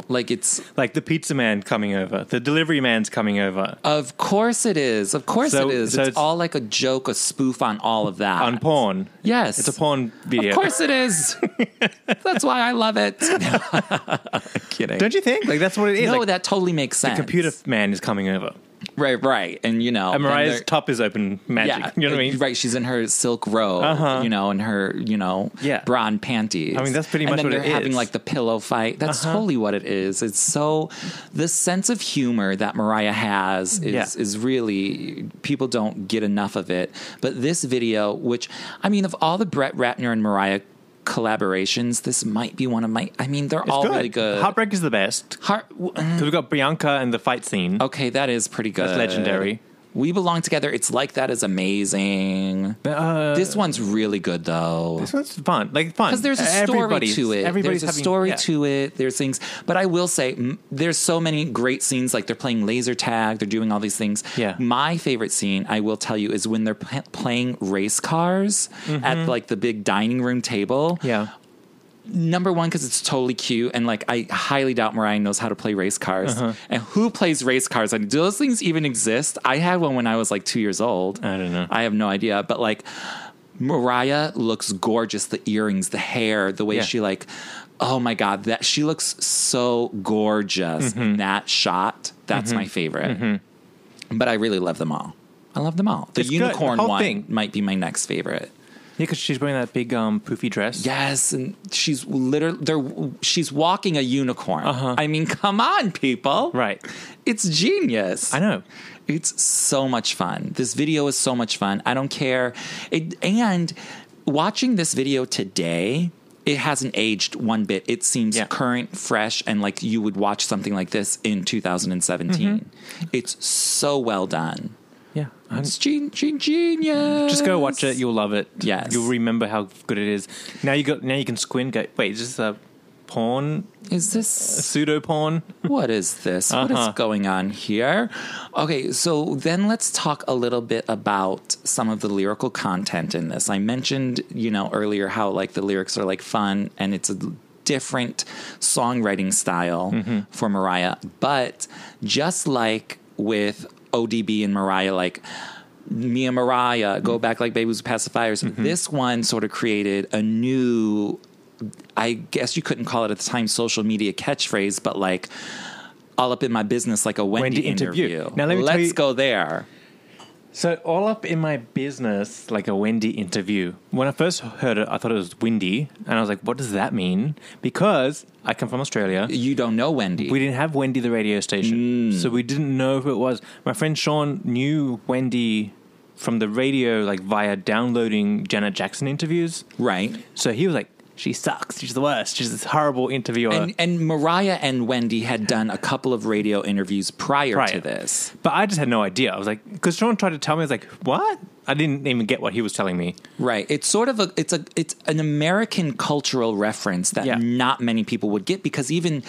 S2: Like it's
S1: Like the pizza man coming over, the delivery man's coming over
S2: Of course it is. Of course
S1: So-
S2: it is.
S1: so
S2: it's,
S1: it's-
S2: all like a joke, a spoof on all of that.
S1: on porn.
S2: Yes.
S1: It's a porn video.
S2: Of course it is. that's why I love it. Kidding.
S1: Don't you think? Like that's what it is.
S2: No,
S1: like,
S2: that totally makes sense.
S1: computer man is coming over.
S2: Right, right. And you know,
S1: And Mariah's
S2: then they're-
S1: top is open magic.
S2: Yeah,
S1: you know what I mean?
S2: Right, she's in her silk robe,
S1: Uh-huh.
S2: you know, and her, you know,
S1: Yeah.
S2: bra and panties.
S1: I mean, that's pretty
S2: And
S1: much
S2: then
S1: what
S2: they're
S1: it
S2: having
S1: is. Uh-huh.
S2: like the pillow fight. That's totally what it is. It's so the sense of humor that Mariah has is
S1: Yeah.
S2: is really people don't get enough of it. But this video, which I mean, of all the Brett Ratner and Mariah collaborations, this might be one of my. I mean, they're
S1: It's
S2: all really good.
S1: Heartbreak is the best.
S2: Heart-
S1: So we've got Bianca and the fight scene.
S2: okay, that is pretty good.
S1: legendary.
S2: We belong together. It's like that is amazing.
S1: Uh,
S2: This one's really good though.
S1: this one's fun. Like fun.
S2: Because there's a story
S1: Everybody's-
S2: to it.
S1: Everybody's
S2: There's a
S1: having-
S2: story
S1: yeah.
S2: to it. There's things, but I will say m- there's so many great scenes. Like they're playing laser tag. They're doing all these things.
S1: Yeah.
S2: My favorite scene, I will tell you, is when they're p- playing race cars at like the big dining room table.
S1: Mm-hmm. Yeah.
S2: Number one, because it's totally cute, and like I highly doubt Mariah knows how to play race cars.
S1: Uh-huh.
S2: And who plays race cars? And do those things even exist? I had one when I was like two years old.
S1: I don't know.
S2: I have no idea, but like Mariah looks gorgeous. The earrings, the hair, the way
S1: Yeah.
S2: she like, oh my god, that she looks so gorgeous in
S1: Mm-hmm.
S2: that shot. That's my favorite. But I really love them all. I love them all.
S1: Mm-hmm.
S2: The
S1: It's good. Oh, The
S2: unicorn
S1: whole
S2: one
S1: thing.
S2: might be my next favorite.
S1: Yeah, because she's wearing that big um, poofy dress.
S2: Yes, and she's literally they're she's walking a unicorn. I mean, come on, people!
S1: Uh-huh. Right.
S2: It's genius.
S1: I know.
S2: It's so much fun. This video is so much fun. I don't care. It, and watching this video today, it hasn't aged one bit. It seems
S1: Yeah.
S2: current, fresh, and like you would watch something like this in 2017. It's so well done.
S1: Yeah. Mm-hmm. I'm-
S2: It's gen- gen- genius.
S1: just go watch it. You'll love it.
S2: Yes.
S1: You'll remember how good it is. Now you got. Now you can squint. Go. Wait, is this a porn?
S2: Is this
S1: Pseudo porn?
S2: what is this? What
S1: Uh-huh.
S2: is going on here? Okay, so then let's talk a little bit about some of the lyrical content in this. I mentioned, you know, earlier how like the lyrics are like fun and it's a different songwriting style for Mariah, but just like with ODB and Mariah, like me and Mariah go back like babies with pacifiers. This one sort of created a new I guess you couldn't call it at the time social media catchphrase, but like all up in my business, like a Wendy,
S1: Wendy interview.
S2: interview.
S1: Now, let me tell
S2: let's
S1: you-
S2: go there.
S1: So all up in my business, like a windy interview. When I first heard it, I thought it was windy, and I was like, "What does that mean?" Because I come from Australia,
S2: You don't know Wendy.
S1: we didn't have Wendy
S2: Mm.
S1: the radio station, so we didn't know who it was. My friend Sean knew Wendy from the radio, like via downloading Janet Jackson interviews.
S2: right?
S1: So he was like, "She sucks. She's the worst. She's this horrible interviewer."
S2: And and Mariah and Wendy had done a couple of radio interviews prior, to
S1: Prior.
S2: this.
S1: but I just had no idea. I was like, because someone tried to tell me, I was like, "What?" I didn't even get what he was telling me.
S2: Right. It's sort of a it's a it's an American cultural reference that
S1: Yeah.
S2: not many people would get because even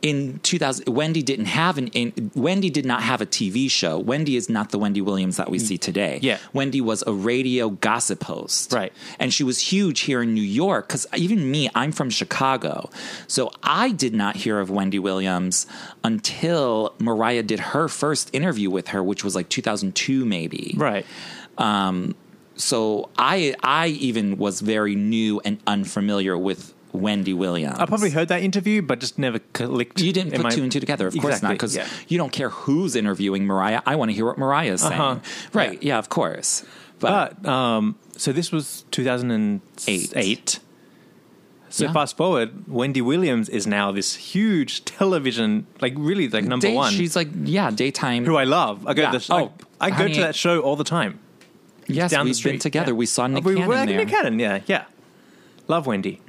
S2: in 2000 Wendy didn't have an in, Wendy did not have a TV show. Wendy is not the Wendy Williams that we see today.
S1: Mm. Yeah.
S2: Wendy was a radio gossip host.
S1: Right.
S2: And she was huge here in New York cuz even me I'm from Chicago. So I did not hear of Wendy Williams until Mariah did her first interview with her which was like 2002 maybe
S1: Right.
S2: um, so I I even was very new and unfamiliar with Wendy Williams.
S1: I probably heard that interview, but just never clicked.
S2: you didn't
S1: in
S2: put
S1: my-
S2: two and two together, of course not,
S1: Exactly,
S2: because
S1: yeah.
S2: you don't care who's interviewing Mariah. I want to hear what Mariah's saying,
S1: Uh-huh.
S2: right? Yeah. of course. But,
S1: But um, so this was 2008. So
S2: Yeah.
S1: fast forward, Wendy Williams is now this huge television, like really like number
S2: Day-
S1: one,
S2: she's like, yeah, daytime.
S1: who I love. I go
S2: Yeah.
S1: to the sh-
S2: Oh,
S1: I, I go
S2: honey.
S1: to that show all the time.
S2: yes,
S1: down
S2: we've
S1: the street
S2: been together.
S1: Yeah.
S2: We saw Nick
S1: we
S2: Cannon
S1: were at
S2: there.
S1: Nick Cannon, yeah, yeah. Love Wendy.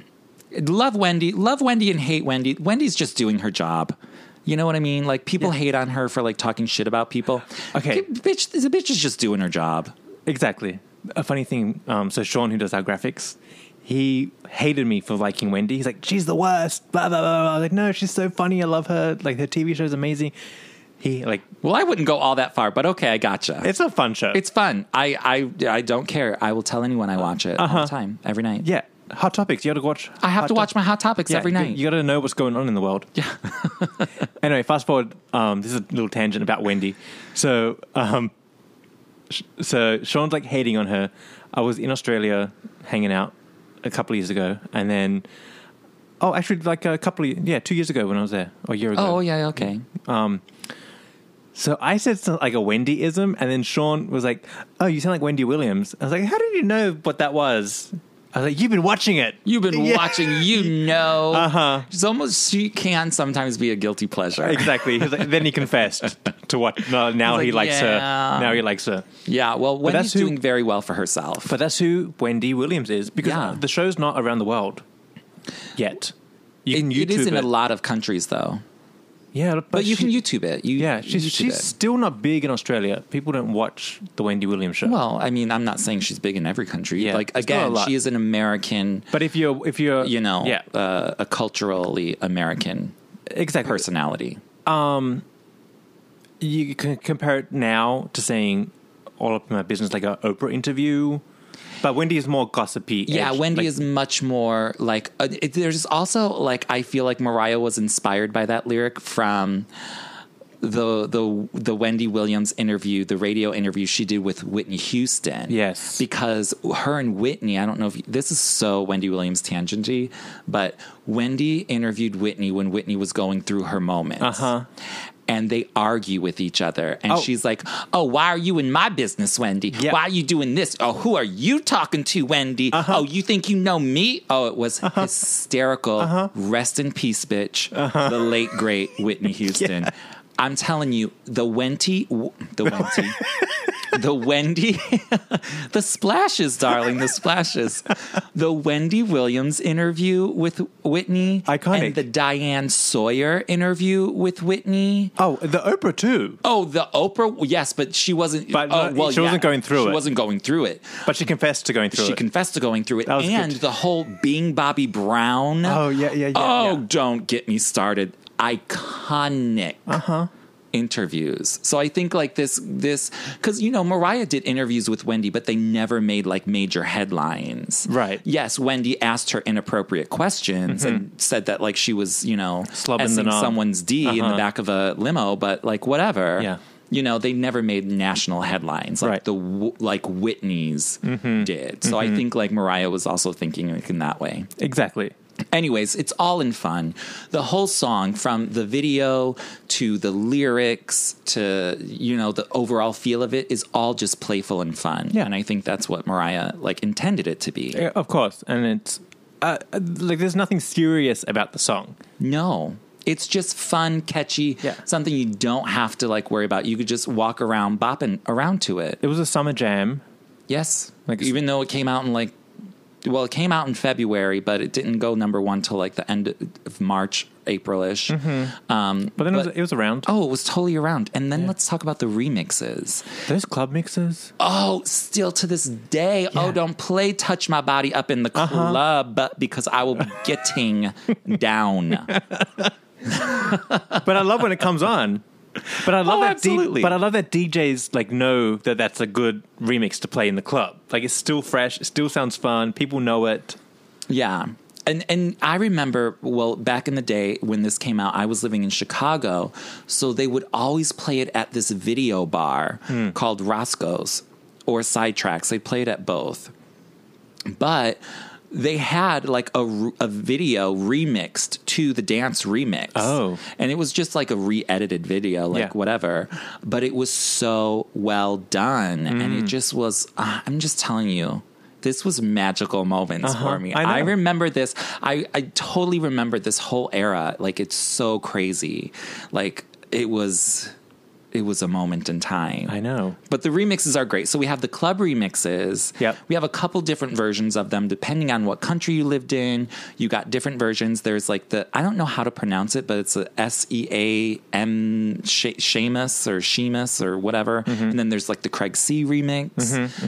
S2: love Wendy, love Wendy and hate Wendy. Wendy's just doing her job. You know what I mean? Like people hate on her for like talking shit about people.
S1: Okay.
S2: bitch, the bitch is just doing her job.
S1: Exactly. A funny thing. Um, so Sean, who does our graphics, he hated me for liking Wendy. He's like, she's the worst. Blah blah blah. blah. I was like, no, she's so funny. I love her. Like her TV show's amazing. He like,
S2: Well, I wouldn't go all that far, but okay, I gotcha. It's
S1: it's a fun show.
S2: it's fun. I I I don't care. I will tell anyone I watch it all the time, every night.
S1: Uh-huh. yeah. Hot topics. You got to watch.
S2: I
S1: Hot
S2: have to
S1: Top-
S2: watch my hot topics every
S1: you-
S2: night.
S1: You, got to know what's going on in the world. Yeah. anyway, fast forward. Um, this is a little tangent about Wendy. So, um, sh- so Sean's like hating on her. I was in Australia hanging out a couple of years ago, and then oh, actually, like a couple of yeah, two years ago when I was there, or a year ago.
S2: oh yeah, okay.
S1: So I said some, like a Wendyism, and then Sean was like, "Oh, you sound like Wendy Williams." I was like, "How did you know what that was?" I was like, "You've been watching it.
S2: You've been
S1: Yeah.
S2: watching. You know. Uh
S1: Uh-huh.
S2: It's almost she can sometimes be a guilty pleasure.
S1: Exactly. He was like- then he confessed to what. No, now
S2: He's
S1: he
S2: like,
S1: likes
S2: "Yeah."
S1: her. Now he likes her.
S2: Yeah. Well,
S1: that's
S2: Wendy's
S1: who-
S2: doing very well for herself.
S1: But that's who Wendy Williams is because
S2: Yeah.
S1: the show's not around the world yet. You
S2: it,
S1: can YouTube
S2: it is in a lot of countries though.
S1: Yeah, but,
S2: But, you can
S1: she-
S2: YouTube it. You
S1: Yeah, she's
S2: YouTube
S1: she's
S2: it.
S1: still not big in Australia. People don't watch the Wendy Williams show.
S2: Well, I mean, I'm not saying she's big in every country.
S1: Yeah,
S2: like
S1: it's not a
S2: again,
S1: lot.
S2: she is an American.
S1: but if you're if you're
S2: You know,
S1: yeah
S2: uh, a culturally American
S1: exactly
S2: personality.
S1: you can compare it now to saying all up in my business like a Oprah interview. But Wendy is more gossipy.
S2: Yeah, Wendy is much more like. Uh, it, there's also like I feel like Mariah was inspired by that lyric from the the the Wendy Williams interview, the radio interview she did with Whitney Houston.
S1: Yes.
S2: because her and Whitney, I don't know if this is so Wendy Williams tangenty, but Wendy interviewed Whitney when Whitney was going through her moments.
S1: Uh-huh.
S2: And they argue with each other. And
S1: Oh.
S2: she's like, Oh, why are you in my business, Wendy?
S1: Yeah.
S2: Why are you doing this? Oh, who are you talking to, Wendy?
S1: Uh-huh.
S2: Oh, you think you know me? Oh, it was hysterical.
S1: Uh-huh.
S2: Rest in peace, bitch. The late, great Whitney Houston. I'm telling you, the Wendy, the Wendy, the Wendy, the splashes, darling, the splashes. The Wendy Williams interview with Whitney.
S1: Iconic.
S2: And the Diane Sawyer interview with Whitney.
S1: Oh, the Oprah too.
S2: Oh, the Oprah, yes, but she wasn't.
S1: But
S2: oh,
S1: not-
S2: well,
S1: she wasn't
S2: yeah,
S1: going through
S2: She
S1: it.
S2: wasn't going through it.
S1: But she confessed to going through
S2: she
S1: it.
S2: confessed to going through it,
S1: That was
S2: and
S1: good.
S2: the whole being Bobby Brown.
S1: Oh, yeah, yeah, yeah,
S2: Oh,
S1: yeah.
S2: don't get me started. Iconic.
S1: Uh-huh.
S2: Interviews. So I think like this, this because you know Mariah did interviews with Wendy, but they never made like major headlines.
S1: Right. Mm-hmm.
S2: Yes, Wendy asked her inappropriate questions and said that like she was you know
S1: Slubbing the
S2: essing
S1: knob.
S2: someone's D in the
S1: Uh-huh.
S2: back of a limo, but like whatever.
S1: Yeah.
S2: You know, they never made national headlines like
S1: Right. Mm-hmm.
S2: the Wh- like Whitney's did. So I think like Mariah was also thinking like, in that way.
S1: exactly.
S2: Anyways, it's all in fun. The whole song from the video to the lyrics to you know the overall feel of it is all just playful and fun.
S1: Yeah.
S2: And I think that's what Mariah like intended it to be.
S1: uh, Yeah, of course. And it's uh, like there's nothing serious about the song.
S2: No. It's just fun, catchy,
S1: Yeah.
S2: something you don't have to like worry about. You could just walk around bopping around to it.
S1: It was a summer jam.
S2: Yes.
S1: Like-
S2: Like even though it came out in like well, it came out in February, but it didn't go number one till like the end of March, April-ish. Um,
S1: But then it, was, it was around.
S2: oh, it was totally around. And then let's talk about the remixes.
S1: Those club mixes.
S2: Oh, still to this day. Oh, don't play touch my body up in the club because I will be getting down.
S1: But I love when it comes on. But I love
S2: Oh,
S1: that. D-
S2: absolutely.
S1: but I love that DJs like know that that's a good remix to play in the club. Like it's still fresh. It still sounds fun. People know it.
S2: Yeah. And and I remember well back in the day when this came out I was living in Chicago so they would always play it at this video bar
S1: Hmm.
S2: called Roscoe's or Sidetracks they played at both but they had like a, r- a video remixed to the dance remix
S1: Oh.
S2: and it was just like a re-edited video like
S1: Yeah.
S2: whatever but it was so well done and
S1: Hmm.
S2: it just was uh, i'm just telling you this was magical moments for me
S1: I know.
S2: I, remember this I, I totally remember this whole era like it's so crazy like it was it was a moment in time
S1: I know.
S2: but the remixes are great. So we have the club remixes.
S1: Yep.
S2: We have a couple different versions of them depending on what country you lived in. You got different versions. There's like the I don't know how to pronounce it, but it's a S E A M She- Seamus or Sheamus or whatever.
S1: Mm-hmm.
S2: And then there's like the Craig C remix.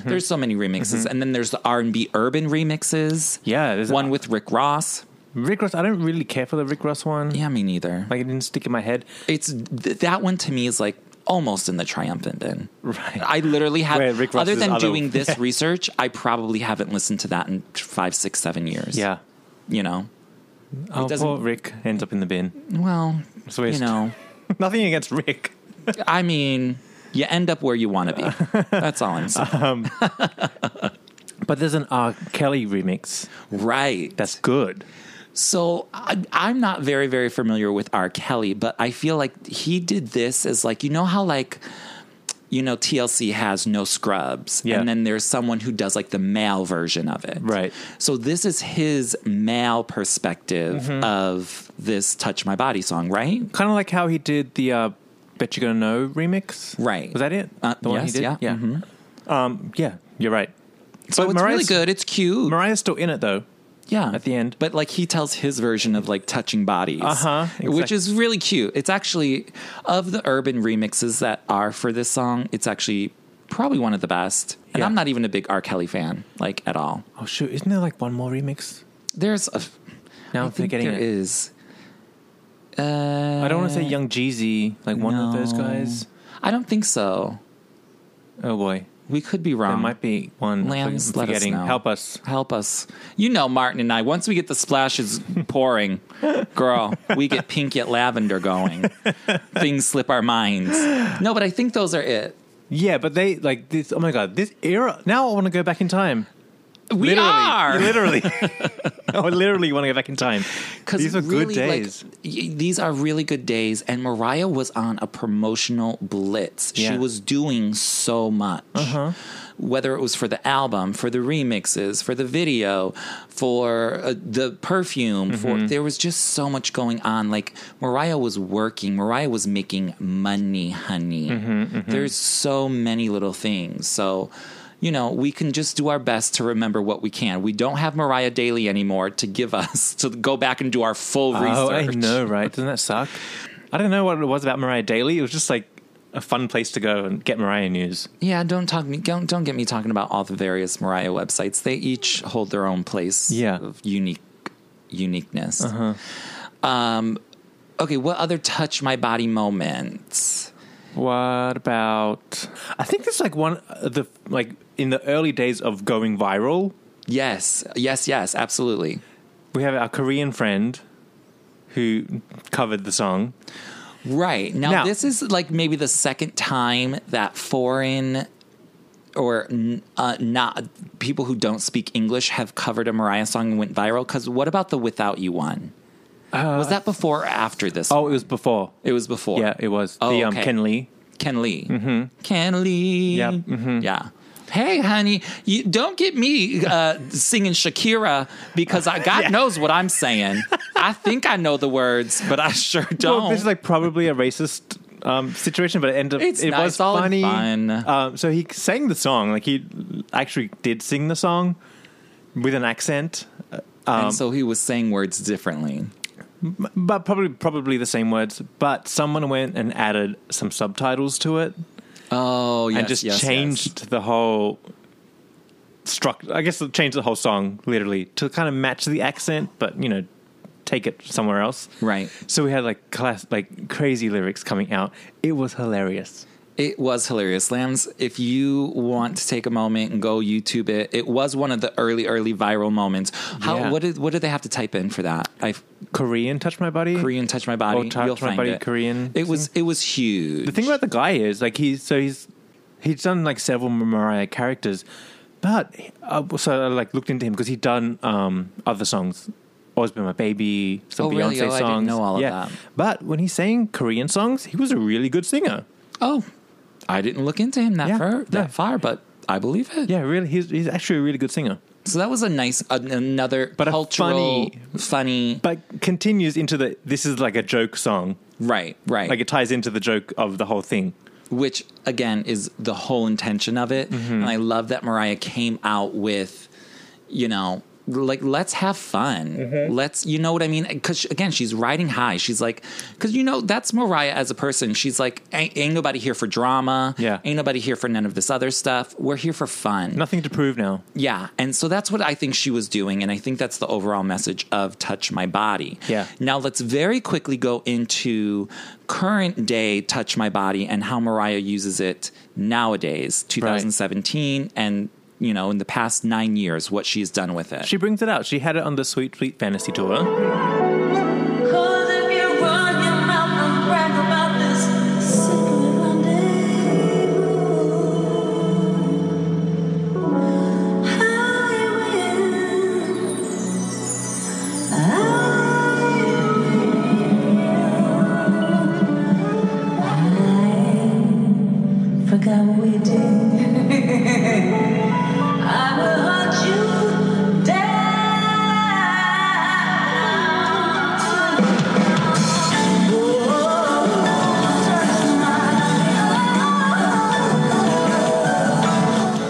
S2: There's so many remixes.
S1: Mm-hmm.
S2: And then there's the R and B urban remixes.
S1: Yeah, there's-
S2: one with Rick Ross.
S1: Rick Ross. I don't really care for the Rick Ross one.
S2: Yeah, me neither.
S1: Like it didn't stick in my head.
S2: it's th- that one to me is like almost in the triumphant bin.
S1: Right.
S2: I literally have
S1: Where Rick
S2: other
S1: Ross's
S2: than
S1: other-
S2: doing this research, I probably haven't listened to that in five, six, seven years.
S1: Yeah.
S2: You know?
S1: Oh,
S2: doesn't-
S1: poor Rick ends up in the bin.
S2: Well
S1: So
S2: you
S1: it's-
S2: know.
S1: Nothing against Rick.
S2: I mean you end up where you want to be. That's all I'm saying.
S1: But there's an R. Kelly remix
S2: Right.
S1: that's good.
S2: So I, I'm not very, very familiar with R. Kelly, but I feel like he did this as like you know how like you know TLC has no scrubs,
S1: Yeah.
S2: and then there's someone who does like the male version of it,
S1: Right.
S2: So this is his male perspective
S1: Mm-hmm.
S2: of this "Touch My Body" song, right?
S1: Kind of like how he did the uh, "Bet You Gonna Know" remix.
S2: Right.
S1: Was that it?
S2: Uh,
S1: the
S2: yes, yeah, Mm-hmm.
S1: Yeah. Um, Mm-hmm. yeah. You're right.
S2: So
S1: But
S2: it's really
S1: Mariah's-
S2: good. It's cute.
S1: Mariah's still in it though.
S2: Yeah.
S1: at the end.
S2: But like he tells his version of like touching bodies.
S1: Uh-huh,
S2: Which
S1: exactly.
S2: is really cute. It's actually of the urban remixes that are for this song, it's actually probably one of the best. And
S1: Yeah.
S2: I'm not even a big R. Kelly fan, like at all.
S1: Oh shoot! Isn't there like one more remix?
S2: There's a
S1: Now I'm
S2: I think
S1: forgetting
S2: there
S1: it.
S2: is. Uh,
S1: I don't want to say Young Jeezy, like one of those
S2: no.
S1: guys.
S2: I don't think so.
S1: Oh boy,
S2: We could be
S1: there
S2: wrong.
S1: might be one.
S2: Lance,
S1: I'm
S2: let us
S1: forgetting.
S2: know.
S1: Help us.
S2: Help us. You know, Martin and I, once we get the splashes pouring, girl, we get pink yet lavender going. Things slip our minds. No, but I think those are it.
S1: Yeah, but they like this. Oh my god, this era. Now I want to go back in time.
S2: We
S1: literally,
S2: are.
S1: literally. I literally want to go back in time.
S2: 'Cause
S1: These are
S2: really,
S1: good
S2: like,
S1: days.
S2: y- these are really good days. And Mariah was on a promotional blitz.
S1: Yeah.
S2: She was doing so much. Whether it was for the album, for the remixes, for the video, for uh, the perfume, for there was just so much going on. Like Mariah was working. Mariah was making money, honey. There's so many little things. So you know, we can just do our best to remember what we can. We don't have Mariah Daly anymore to give us to go back and do our full
S1: Oh, I
S2: research.
S1: know, right? Doesn't that suck? I don't know what it was about Mariah Daily. It was just like a fun place to go and get Mariah news.
S2: Yeah, don't talk me. Don't, don't get me talking about all the various Mariah websites. They each hold their own place.
S1: Yeah.
S2: of unique uniqueness.
S1: Uh-huh.
S2: Um, okay, what other touch my body moments?
S1: What about? I think there's like one of the like in the early days of going viral.
S2: Yes, yes, yes, absolutely.
S1: We have our Korean friend who covered the song.
S2: Right. Now,
S1: Now-
S2: this is like maybe the second time that foreign or n- uh, not people who don't speak English have covered a Mariah song and went viral. Because what about the Without You one?
S1: Uh,
S2: was that before or after this?
S1: Oh, it was before.
S2: it was before.
S1: Yeah, it was
S2: Oh,
S1: the um,
S2: okay.
S1: Ken Lee.
S2: Ken Lee. Mm-hmm. Ken Lee.
S1: Yep,
S2: Yeah. Hey, honey, you don't get me uh, singing Shakira because I God knows what I'm saying. I think I know the words, but I sure don't.
S1: Well, this is like probably a racist um, situation, but it ended up
S2: It's
S1: it
S2: nice,
S1: was
S2: all in
S1: funny.
S2: fun.
S1: Um, so he sang the song, like he actually did sing the song with an accent,
S2: and Um, so he was saying words differently.
S1: but probably probably the same words. But someone went and added some subtitles to it
S2: Oh, yes,
S1: and just
S2: yes, yes.
S1: changed the whole struct. I guess it changed the whole song literally to kind of match the accent, but you know, take it somewhere else.
S2: Right.
S1: So we had like class, like crazy lyrics coming out. It was hilarious.
S2: It was hilarious. Lambs, if you want to take a moment and go YouTube it, it was one of the early, early viral moments. How
S1: Yeah.
S2: what did what did they have to type in for that? I
S1: Korean touch my body.
S2: Korean touch my body.
S1: Oh, touch
S2: You'll
S1: my
S2: find
S1: body,
S2: it.
S1: Korean
S2: It was it was huge.
S1: The thing about the guy is like he's so he's he's done like several Mariah characters, but uh, so I like looked into him because he'd done um, other songs, "Always Been My Baby," some
S2: Oh,
S1: Beyonce
S2: really? Oh, I
S1: songs.
S2: didn't know all of
S1: yeah.
S2: that.
S1: But when he sang Korean songs, he was a really good singer.
S2: oh, I didn't look into him that
S1: Yeah,
S2: far that
S1: yeah.
S2: far, but I believe it.
S1: Yeah, really, he's he's actually a really good singer.
S2: So that was a nice an another
S1: But a
S2: cultural
S1: funny-
S2: funny,
S1: But continues into the this is like a joke song,
S2: right right
S1: like it ties into the joke of the whole thing.
S2: which again is the whole intention of it.
S1: Mm-hmm.
S2: And I love that Mariah came out with, you know, like let's have fun.
S1: Mm-hmm.
S2: Let's, you know what I mean? Because again, she's riding high. She's like, because you know that's Mariah as a person. She's like, ain't, ain't nobody here for drama.
S1: Yeah.
S2: ain't nobody here for none of this other stuff. We're here for fun.
S1: Nothing to prove now.
S2: Yeah. And so that's what I think she was doing. And I think that's the overall message of Touch My Body.
S1: Yeah.
S2: Now let's very quickly go into current day Touch My Body and how Mariah uses it nowadays, 2017, and, you know, in the past nine years, what she's done with it.
S1: She brings it out. She had it on the Sweet Sweet Fantasy tour.
S6: Cause if you run your mouth and brag about this secret rendezvous, how you win, how you win. I forgot what we did. I will hunt you down.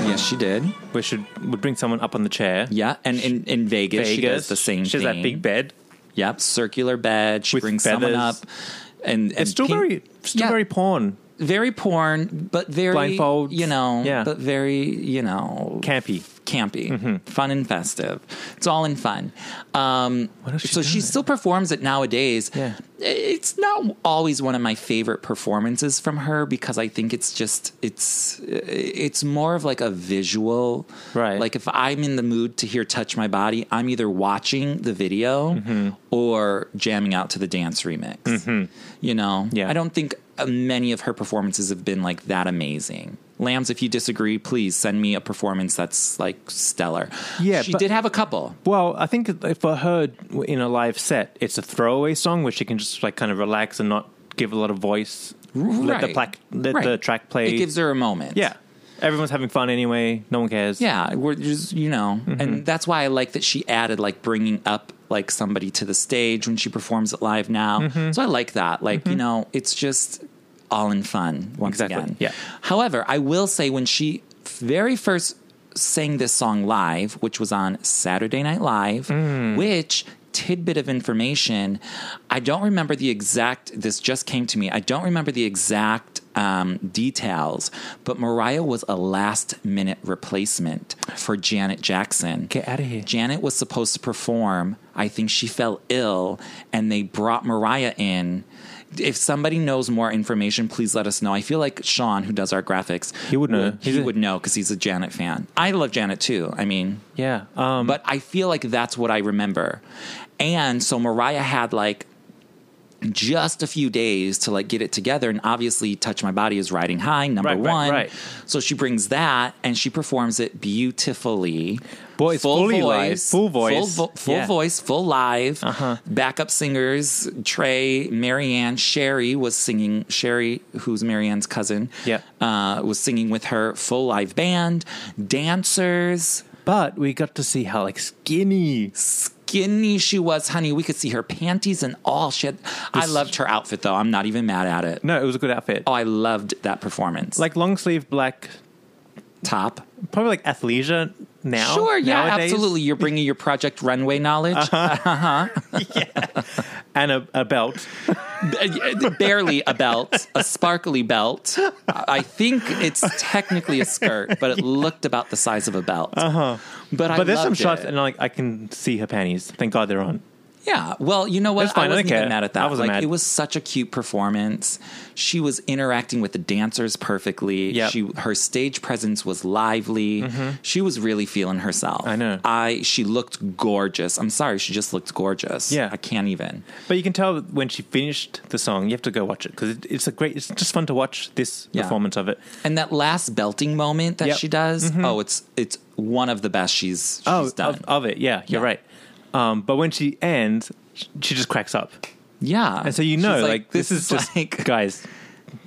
S2: yes, she did.
S1: We should would bring someone up on the chair.
S2: Yeah. And in, in Vegas, she does the same
S1: She has
S2: thing.
S1: that big bed.
S2: Yep. Circular bed. She
S1: With
S2: brings someone up.
S1: feathers.
S2: And, and
S1: It's still
S2: pink-
S1: very, still
S2: Yeah.
S1: very porn,
S2: very porn, but very
S1: Blindfolds.
S2: You know,
S1: Yeah.
S2: but very you know
S1: campy.
S2: campy,
S1: Mm-hmm.
S2: fun and festive. It's all in fun. Um,
S1: What else she
S2: so she
S1: doing?
S2: still performs it nowadays.
S1: Yeah.
S2: It's not always one of my favorite performances from her because I think it's just it's it's more of like a visual.
S1: Right.
S2: Like if I'm in the mood to hear "Touch My Body," I'm either watching the video
S1: Mm-hmm.
S2: or jamming out to the dance remix. You know.
S1: Yeah.
S2: I don't think uh, many of her performances have been like that amazing. Lambs, if you disagree, please send me a performance that's like stellar.
S1: Yeah,
S2: she
S1: but-
S2: did have a couple.
S1: Well, I think for her in a live set, it's a throwaway song where she can just like kind of relax and not give a lot of voice. Let the
S2: Right.
S1: plaque, let
S2: Right.
S1: the track play.
S2: It gives her a moment.
S1: yeah, everyone's having fun anyway. No one cares.
S2: Yeah, we're just you know,
S1: Mm-hmm.
S2: and that's why I like that she added like bringing up like somebody to the stage when she performs it live now.
S1: Mm-hmm.
S2: So I like that. Like you know, it's just all in fun once
S1: Exactly,
S2: again.
S1: yeah.
S2: However, I will say when she very first sang this song live, which was on Saturday Night Live,
S1: Mm.
S2: which tidbit of information i don't remember the exact this just came to me i don't remember the exact um, details but mariah was a last minute replacement for janet jackson
S1: Get outta here.
S2: Janet was supposed to perform. I think she fell ill and they brought Mariah in. If somebody knows more information, please let us know. I feel like Sean, who does our graphics,
S1: He would know. He's
S2: He
S1: a-
S2: would know because he's a Janet fan. I love Janet too. I mean,
S1: yeah. Um,
S2: but I feel like that's what I remember. And so Mariah had like just a few days to like get it together. And obviously, Touch My Body is riding high, number
S1: Right, right,
S2: one.
S1: right.
S2: So she brings that and she performs it beautifully.
S1: Boy, it's fully live, full voice.
S2: full, vo- full
S1: Yeah. Uh-huh.
S2: voice, full live. Backup singers Trey, Marianne, Sherry was singing. Sherry, who's Marianne's cousin,
S1: Yeah.
S2: uh, was singing with her full live band. Dancers,
S1: But we got to see how like skinny.
S2: skinny she was, honey. We could see her panties and all. She had. I loved her outfit though. I'm not even mad at it.
S1: No, it was a good outfit.
S2: Oh, I loved that performance.
S1: Like long sleeve black,
S2: top.
S1: probably like athleisure now.
S2: Sure, yeah,
S1: nowadays. Uh-huh.
S2: absolutely. You're bringing your project runway knowledge.
S1: And a, a belt.
S2: B- uh, barely a belt, a sparkly belt. I think it's technically a skirt, but it looked about the size of a belt. Uh-huh. But, I
S1: But there's some
S2: loved
S1: shots,
S2: it.
S1: and like I can see her panties. Thank God they're on.
S2: yeah. Well, you know what?
S1: It's fine, I
S2: I
S1: don't
S2: wasn't
S1: care.
S2: even mad at that.
S1: I wasn't
S2: like
S1: mad.
S2: it was such a cute performance. She was interacting with the dancers perfectly.
S1: Yep. Mm-hmm.
S2: She her stage presence was lively. She was really feeling herself.
S1: I know.
S2: I she looked gorgeous. I'm sorry, she just looked gorgeous.
S1: Yeah.
S2: I can't even.
S1: But you can tell when she finished the song. You have to go watch it because it, it's a great. It's just fun to watch this
S2: Yeah.
S1: performance of it.
S2: And that last belting moment that
S1: Yep. Mm-hmm.
S2: she does, oh, it's it's one of the best she's she's
S1: Oh,
S2: done.
S1: of, of it. Yeah, you're
S2: Yeah.
S1: right. Um, but when she ends, sh- she just cracks up,
S2: yeah,
S1: and so you
S2: She's
S1: know, like, this, is just
S2: like,
S1: guys.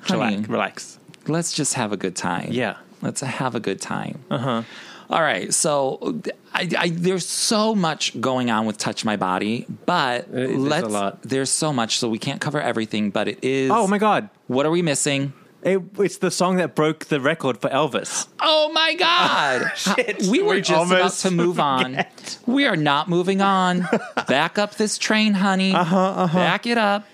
S2: Honey.
S1: Relax, relax.
S2: let's just have a good time.
S1: Yeah. Uh-huh.
S2: let's have a good time. Uh huh. All right, so I, I, there's so much going on with Touch My Body, but
S1: there's a
S2: let's
S1: lot.
S2: there's so much, so we can't cover everything. But it is.
S1: Oh my god!
S2: What are we missing?
S1: It, it's the song that broke the record for Elvis.
S2: Oh my God.
S1: Shit.
S2: We were
S1: We
S2: just about
S1: almost
S2: to move on. We are not moving on. Back up this train, honey. Uh-huh, Back it up.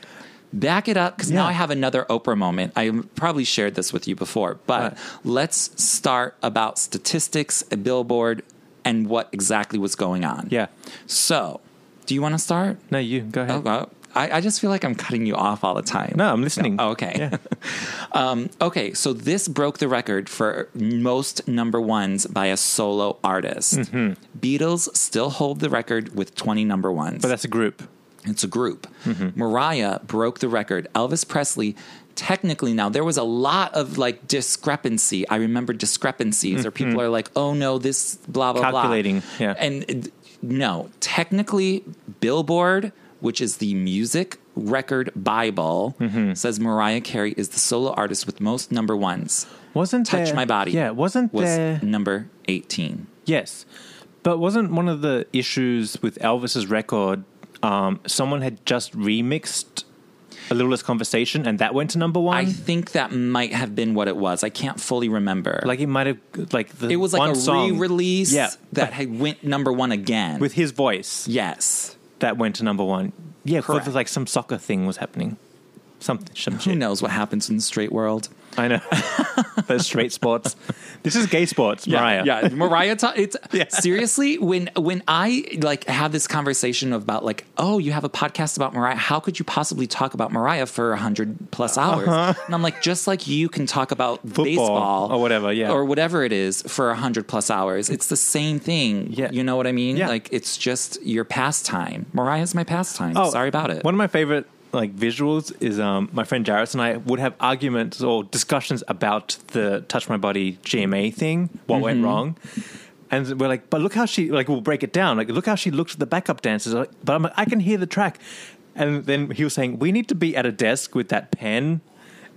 S2: Back it up. Because now
S1: Yeah.
S2: I have another Oprah moment. I probably shared this with you before, but
S1: Right.
S2: let's start about statistics, a billboard, and what exactly was going on.
S1: Yeah.
S2: So, do you want to start?
S1: No, you go ahead.
S2: Oh, well, I, I just feel like I'm cutting you off all the time.
S1: No, I'm listening.
S2: Oh, okay.
S1: Yeah.
S2: um, okay, so this broke the record for most number ones by a solo artist.
S1: Mm-hmm.
S2: Beatles still hold the record with 20 number ones.
S1: But that's a group.
S2: It's a group.
S1: Mm-hmm.
S2: Mariah broke the record. Elvis Presley, technically now, there was a lot of like discrepancy. I remember discrepancies, or people are like, oh no, this blah, blah,
S1: Mm-hmm. Calculating,
S2: blah.
S1: yeah.
S2: And uh, no, technically, Billboard, which is the music record Bible,
S1: Mm-hmm.
S2: says Mariah Carey is the solo artist with most number ones.
S1: Wasn't
S2: Touch
S1: there-
S2: My Body.
S1: Yeah, wasn't
S2: was
S1: there?
S2: number 18.
S1: Yes, but wasn't one of the issues with Elvis's record? Um, someone had just remixed a little less conversation, and that went to number one.
S2: I think that might have been what it was. I can't fully remember.
S1: like it might have like the
S2: It was like
S1: one
S2: a
S1: song-
S2: re-release
S1: Yeah,
S2: that had went number one again.
S1: with his voice
S2: yes,
S1: that went to number one. Yeah, because
S2: Correct.
S1: like some soccer thing was happening. Something. Some
S2: who
S1: shit.
S2: knows what happens in the straight world?
S1: I know. Those straight sports. This is gay sports, Mariah.
S2: yeah, yeah. Mariah. Ta- it's
S1: Yeah.
S2: seriously when when I like had this conversation about like, oh, you have a podcast about Mariah. How could you possibly talk about Mariah for hundred plus
S1: Uh-huh.
S2: hours? And I'm like, just like you can talk about baseball
S1: or whatever, yeah.
S2: or whatever it is for hundred plus hours. It's the same thing.
S1: Yeah.
S2: you know what I mean?
S1: Yeah.
S2: Like it's just your pastime. Mariah's my pastime.
S1: Oh,
S2: Sorry about it.
S1: One of my favorite like visuals is um, my friend Jarvis and I would have arguments or discussions about the touch my body GMA thing, what went
S2: Mm-hmm.
S1: wrong. And we're like, but look how she like we'll break it down. Like, look how she looked at the backup dancers. Like, But I'm like, I can hear the track. And then he was saying, we need to be at a desk with that pen,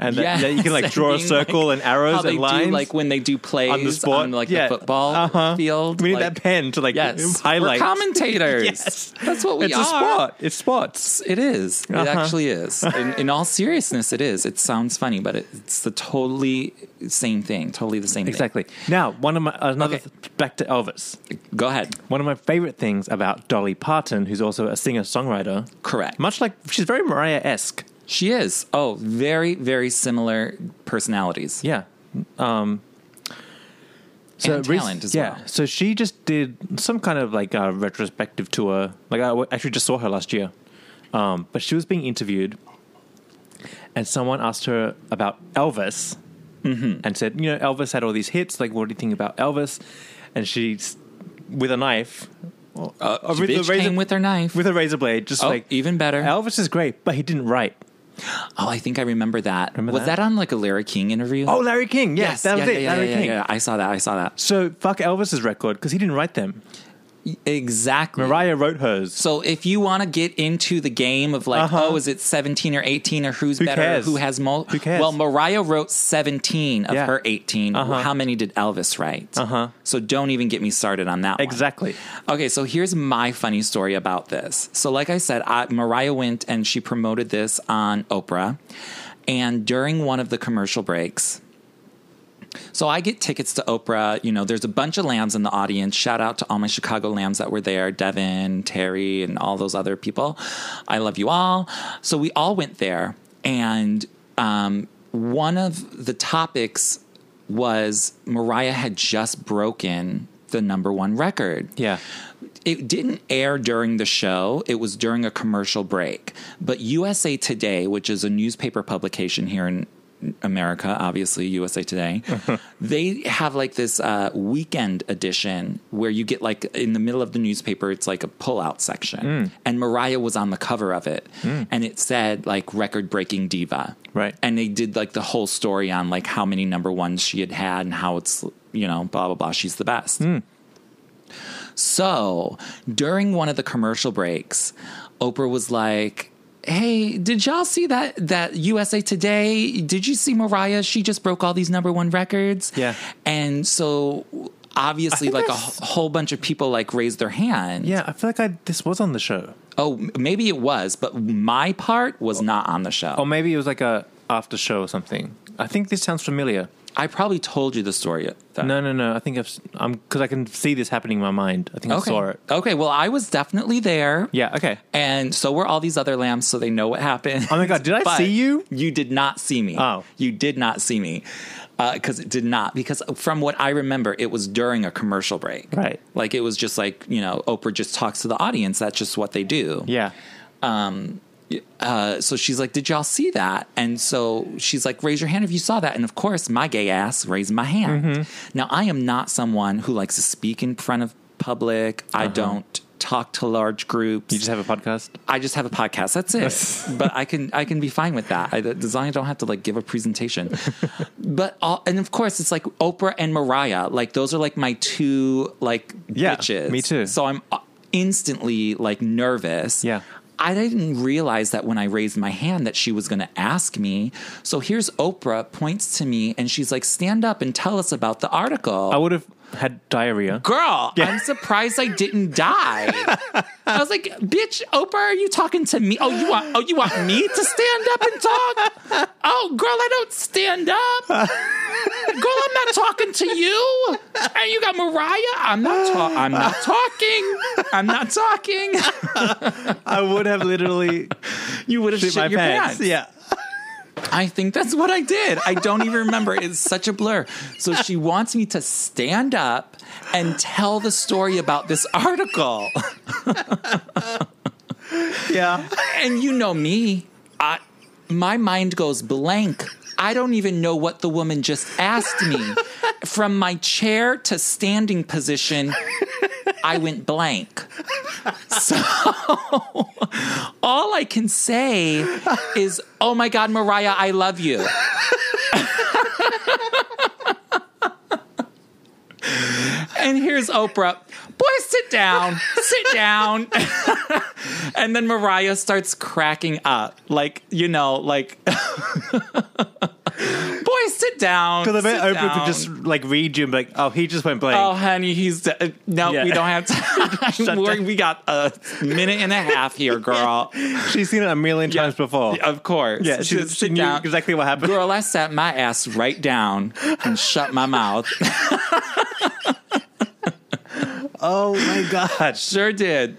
S1: and that, that you can like
S2: Yes,
S1: draw a
S2: being,
S1: circle
S2: like,
S1: and
S2: how
S1: arrows
S2: they
S1: and
S2: do,
S1: lines.
S2: like when they do plays
S1: on the sport,
S2: on, like
S1: yeah.
S2: the football
S1: Uh-huh.
S2: field.
S1: we need
S2: like-
S1: that pen to like
S2: Yes,
S1: highlight.
S2: We're commentators.
S1: yes,
S2: that's what we
S1: it's
S2: are.
S1: a sport. Uh-huh. It's sports.
S2: It's- It is. It actually is. In, in all seriousness, it is. It sounds funny, but it, it's the totally same thing. Totally the same
S1: Exactly. Now, one of my another
S2: Okay.
S1: th- back to Elvis.
S2: thing. Go ahead.
S1: One of my favorite things about Dolly Parton, who's also a singer songwriter,
S2: Correct.
S1: much like she's very Mariah esque.
S2: She is. Oh, very, very similar personalities.
S1: Yeah. Um,
S2: And
S1: rec-
S2: talent as
S1: yeah.
S2: well.
S1: So she just did some kind of like a retrospective tour. Like I w- actually just saw her last year, um, but she was being interviewed, and someone asked her about Elvis,
S2: Mm-hmm.
S1: and said, you know, Elvis had all these hits. Like, what do you think about Elvis? And she, s- with a knife,
S2: Uh,
S1: A
S2: bitch
S1: razor-
S2: came with her knife.
S1: with a razor blade, just
S2: Oh,
S1: like
S2: even better.
S1: Elvis is great, but he didn't write.
S2: oh, I think I remember that.
S1: Remember
S2: was
S1: that?
S2: that? on like a Larry King interview?
S1: Oh, Larry King. Yes, that was
S2: yeah,
S1: it.
S2: Yeah,
S1: Larry
S2: yeah,
S1: King.
S2: Yeah, yeah. I saw that. I saw that.
S1: So fuck Elvis's record because he didn't write them.
S2: Exactly.
S1: Mariah wrote hers.
S2: So if you want to get into the game of like,
S1: Uh-huh.
S2: oh, is it 17 or 18 or who's
S1: Who
S2: better,
S1: cares?
S2: who has more?
S1: Who cares?
S2: Well, Mariah wrote 17 of
S1: Yeah.
S2: her 18.
S1: Uh-huh.
S2: How many did Elvis write?
S1: Uh-huh.
S2: So don't even get me started on that one.
S1: Exactly.
S2: Okay, so here's my funny story about this. So, like I said, I, Mariah went and she promoted this on Oprah. And during one of the commercial breaks, so I get tickets to Oprah. You know, there's a bunch of lambs in the audience. Shout out to all my Chicago lambs that were there Devin, Terry, and all those other people. I love you all. So we all went there. And um, one of the topics was Mariah had just broken the number one record
S1: Yeah.
S2: it didn't air during the show. It was during a commercial break. But USA Today, which is a newspaper publication here in America, obviously USA Today, they have like this uh, weekend edition where you get like in the middle of the newspaper, it's like a pullout section, and Mariah was on the cover of it, and it said like record breaking diva,
S1: Right.
S2: And they did like the whole story on like how many number ones she had had and how it's you know blah blah blah. She's the best. So during one of the commercial breaks, Oprah was like, Hey, did y'all see that that USA Today? Did you see Mariah? She just broke all these number one records.
S1: Yeah.
S2: And so obviously
S1: I think
S2: like a
S1: I've-
S2: wh- whole bunch of people like raised their hand.
S1: Yeah, I feel like I this was on the show,
S2: Oh, m- maybe it was, but my part
S1: Oh.
S2: was not on the show.
S1: or maybe it was like a after show or something. I think this sounds familiar.
S2: I probably told you the story. Though.
S1: No, no, no. I think I've s- I'm because I can see this happening in my mind. I think I
S2: Okay.
S1: saw it.
S2: Okay. Well, I was definitely there.
S1: Yeah. Okay.
S2: And so were all these other lambs, so they know what happened.
S1: Oh my God, did I
S2: But
S1: see you?
S2: You did not see me.
S1: Oh.
S2: You did not see me. Because it did not. Because from what I remember, it was during a commercial break.
S1: Right.
S2: Like it was just like, you know, Oprah just talks to the audience. That's just what they do.
S1: Yeah.
S2: Um, uh, so she's like, Did y'all see that? And so she's like, Raise your hand if you saw that. And of course, my gay ass raised my hand.
S1: Mm-hmm.
S2: Now, I am not someone who likes to speak in front of public, I don't talk to large groups.
S1: Uh-huh. You just have a podcast.
S2: I just have a podcast. That's it. but I can I can be fine with that. I, as long as I don't have to like give a presentation. but all, and of course it's like Oprah and Mariah. Like those are like my two like
S1: Yeah,
S2: bitches.
S1: me too.
S2: So I'm uh, instantly like nervous.
S1: Yeah.
S2: I didn't realize that when I raised my hand that she was going to ask me. So here's Oprah points to me and she's like, "Stand up and tell us about the article."
S1: I would have had diarrhea.
S2: girl,
S1: Yeah.
S2: I'm surprised I didn't die. I was like, bitch, Oprah, are you talking to me? Oh, you want oh you want me to stand up and talk? Oh, girl, I don't stand up. Girl, I'm not talking to you. And you got Mariah. I'm not ta- I'm not talking. I'm not talking.
S1: I would have literally
S2: You would have
S1: shit
S2: shit,
S1: my
S2: your
S1: pants.
S2: pants.
S1: Yeah.
S2: I think that's what I did. I don't even remember. It's such a blur. So she wants me to stand up and tell the story about this article.
S1: Yeah.
S2: and you know me, I, my mind goes blank. I don't even know what the woman just asked me. From my chair to standing position, I went blank. So all I can say is, oh my God, Mariah, I love you. and here's Oprah. Boy, sit down, sit down. and then Mariah starts cracking up. Like, you know, like, boy, sit down.
S1: Because I bet
S2: sit
S1: Oprah could
S2: down."
S1: just like read you and be like, oh, he just went blank.
S2: Oh, honey, he's de- no.
S1: Yeah.
S2: We don't have
S1: Shut
S2: time. We're-
S1: down.
S2: we got a minute and a half here, girl.
S1: She's seen it a million times before.
S2: Of course.
S1: Yeah, she,
S2: Just
S1: she knew exactly what happened.
S2: Girl, I sat my ass right down and shut my mouth.
S1: Oh my god.
S2: sure did.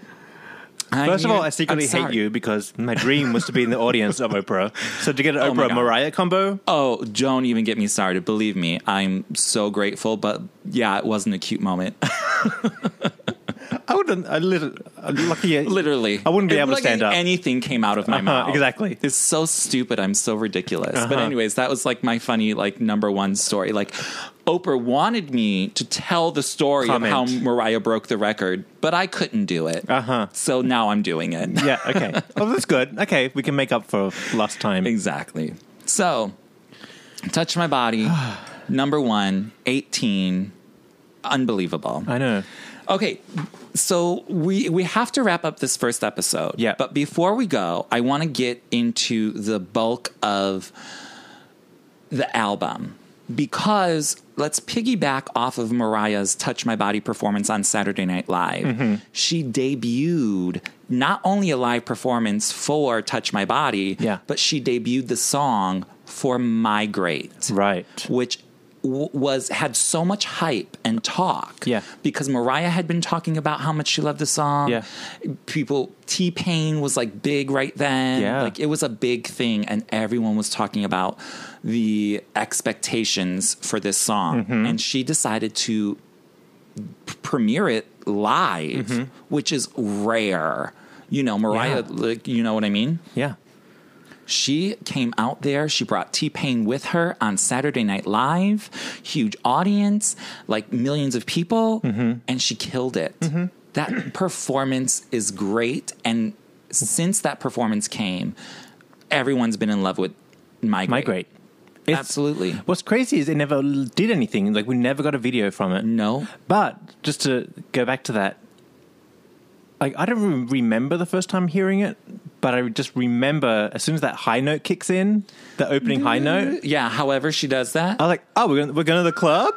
S2: I
S1: First of
S2: knew-
S1: all, I secretly
S2: I'm
S1: hate
S2: sorry.
S1: you because my dream was to be in the audience of Oprah. So to get an
S2: Oh my
S1: Oprah
S2: God.
S1: Mariah combo,
S2: Oh, don't even get me started. Believe me, I'm so grateful. But yeah, it wasn't a cute moment.
S1: I wouldn't. I literally, lucky,
S2: Literally,
S1: I wouldn't be
S2: If,
S1: able to
S2: like,
S1: stand up.
S2: Anything came out of my
S1: Uh-huh,
S2: mouth.
S1: exactly.
S2: It's so stupid. I'm so ridiculous. But
S1: Uh-huh.
S2: anyways, that was like my funny like number one story. Like Oprah wanted me to tell the story
S1: Comment.
S2: of how Mariah broke the record, but I couldn't do it. Uh
S1: Uh-huh.
S2: So now I'm doing it.
S1: yeah. Okay. Oh, that's good. Okay, we can make up for last time.
S2: Exactly. So, touch my body. number one, 18. Unbelievable.
S1: I know.
S2: Okay, so we we have to wrap up this first episode.
S1: Yeah.
S2: But before we go, I want to get into the bulk of the album because let's piggyback off of Mariah's Touch My Body performance on Saturday Night Live.
S1: Mm-hmm.
S2: She debuted not only a live performance for Touch My Body,
S1: Yeah.
S2: but she debuted the song for Migrate.
S1: Right.
S2: Which w- was had so much hype and talk
S1: Yeah.
S2: because Mariah had been talking about how much she loved the song.
S1: Yeah.
S2: People, T Pain was like big right then.
S1: Yeah.
S2: Like it was a big thing, and everyone was talking about the expectations for this song.
S1: Mm-hmm.
S2: And she decided to p- premiere it live, which is rare. You know, Mariah,
S1: Mm-hmm. Yeah.
S2: like, you know what I mean?
S1: Yeah.
S2: She came out there. She brought T Pain with her on Saturday Night Live, huge audience, like millions of people,
S1: Mm-hmm.
S2: and she killed it. That performance is great. And since that performance came, everyone's been in love with Migrate.
S1: Migrate. It's-
S2: Absolutely.
S1: What's crazy is it never l- did anything. Like we never got a video from it.
S2: No.
S1: But just to go back to that, like I don't re- remember the first time hearing it, but I just remember as soon as that high note kicks in, the opening high note.
S2: Yeah, however she does that.
S1: I was like, oh, we're going, we're going to the club.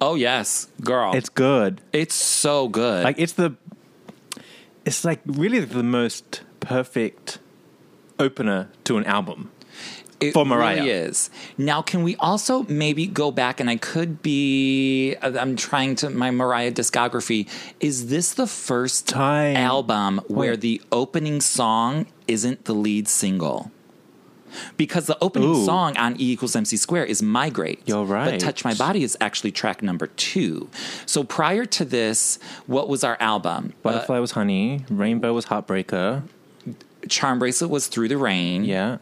S2: oh, yes, girl.
S1: It's good.
S2: it's so good.
S1: Like it's the, it's like really the most perfect opener to an album.
S2: It
S1: For Mariah.
S2: really is. Now, can we also maybe go back? And I could be. uh, I'm trying to my Mariah discography. Is this the first
S1: Time.
S2: album where
S1: Wait.
S2: the opening song isn't the lead single? Because the opening
S1: Ooh.
S2: song on E equals MC square is Migrate.
S1: You're
S2: But
S1: right.
S2: Touch My Body is actually track number two. So prior to this, what was our album? Uh,
S1: Butterfly was honey. Rainbow was heartbreaker.
S2: Charm Bracelet was Through the Rain.
S1: Yeah.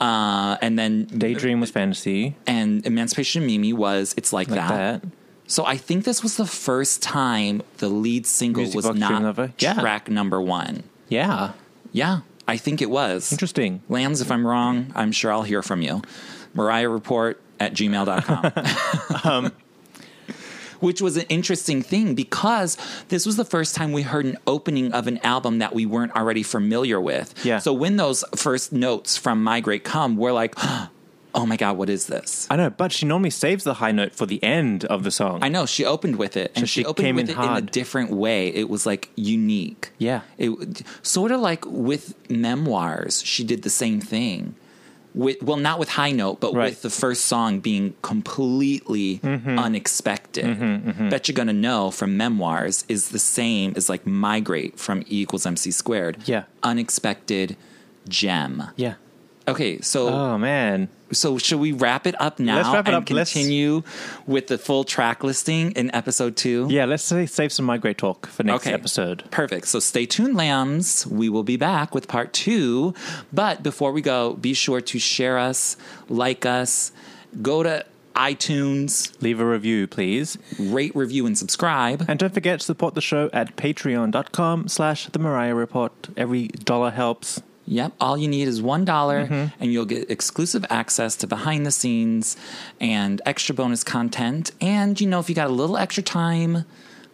S2: Uh, and then
S1: Daydream was fantasy.
S2: and Emancipation of Mimi was It's Like,
S1: Like
S2: that.
S1: that.
S2: So I think this was the first time the lead single
S1: Music
S2: was
S1: Box Dream
S2: not
S1: Lover? Yeah.
S2: track number one.
S1: Yeah.
S2: Yeah, I think it was.
S1: Interesting.
S2: Lambs, if I'm wrong, I'm sure I'll hear from you. Mariah Report at gmail.com. Um, Which was an interesting thing because this was the first time we heard an opening of an album that we weren't already familiar with.
S1: Yeah.
S2: So when those first notes from Migrate come, we're like, oh my God, what is this?
S1: I know, but she normally saves the high note for the end of the song.
S2: I know she opened with it, and
S1: So
S2: she,
S1: she
S2: opened
S1: came in
S2: with it in a
S1: hard.
S2: different way. It was like unique.
S1: Yeah.
S2: it sort of like with memoirs. She did the same thing. With well, not with high note, but
S1: Right. Mm-hmm.
S2: with the first song being completely unexpected. Bet you're gonna know from memoirs is the same as like migrate from E equals MC squared.
S1: Yeah.
S2: unexpected gem.
S1: Yeah.
S2: Okay, so
S1: Oh man.
S2: so should we wrap it up now
S1: Let's wrap it
S2: and
S1: up. Let's-
S2: continue with the full track listing in episode two?
S1: Yeah, let's say, save some migrate talk for next episode.
S2: Perfect. So stay tuned, lambs. We will be back with part two. But before we go, be sure to share us, like us, go to iTunes,
S1: Leave a review, please.
S2: rate, review, and subscribe.
S1: And don't forget to support the show at patreon.com slash the Mariah Report. Every dollar helps.
S2: Yep. All you need is one
S1: Mm-hmm.
S2: and you'll get exclusive access to behind the scenes and extra bonus content. And you know, if you got a little extra time,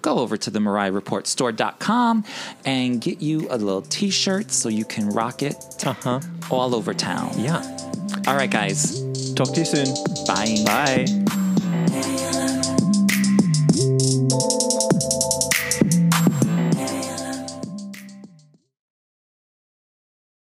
S2: go over to the Mariah Report store.com and get you a little t shirt so you can rock it
S1: Uh-huh.
S2: all over town.
S1: Yeah.
S2: All right, guys.
S1: Talk to you soon.
S2: Bye.
S1: Bye.
S6: Yeah.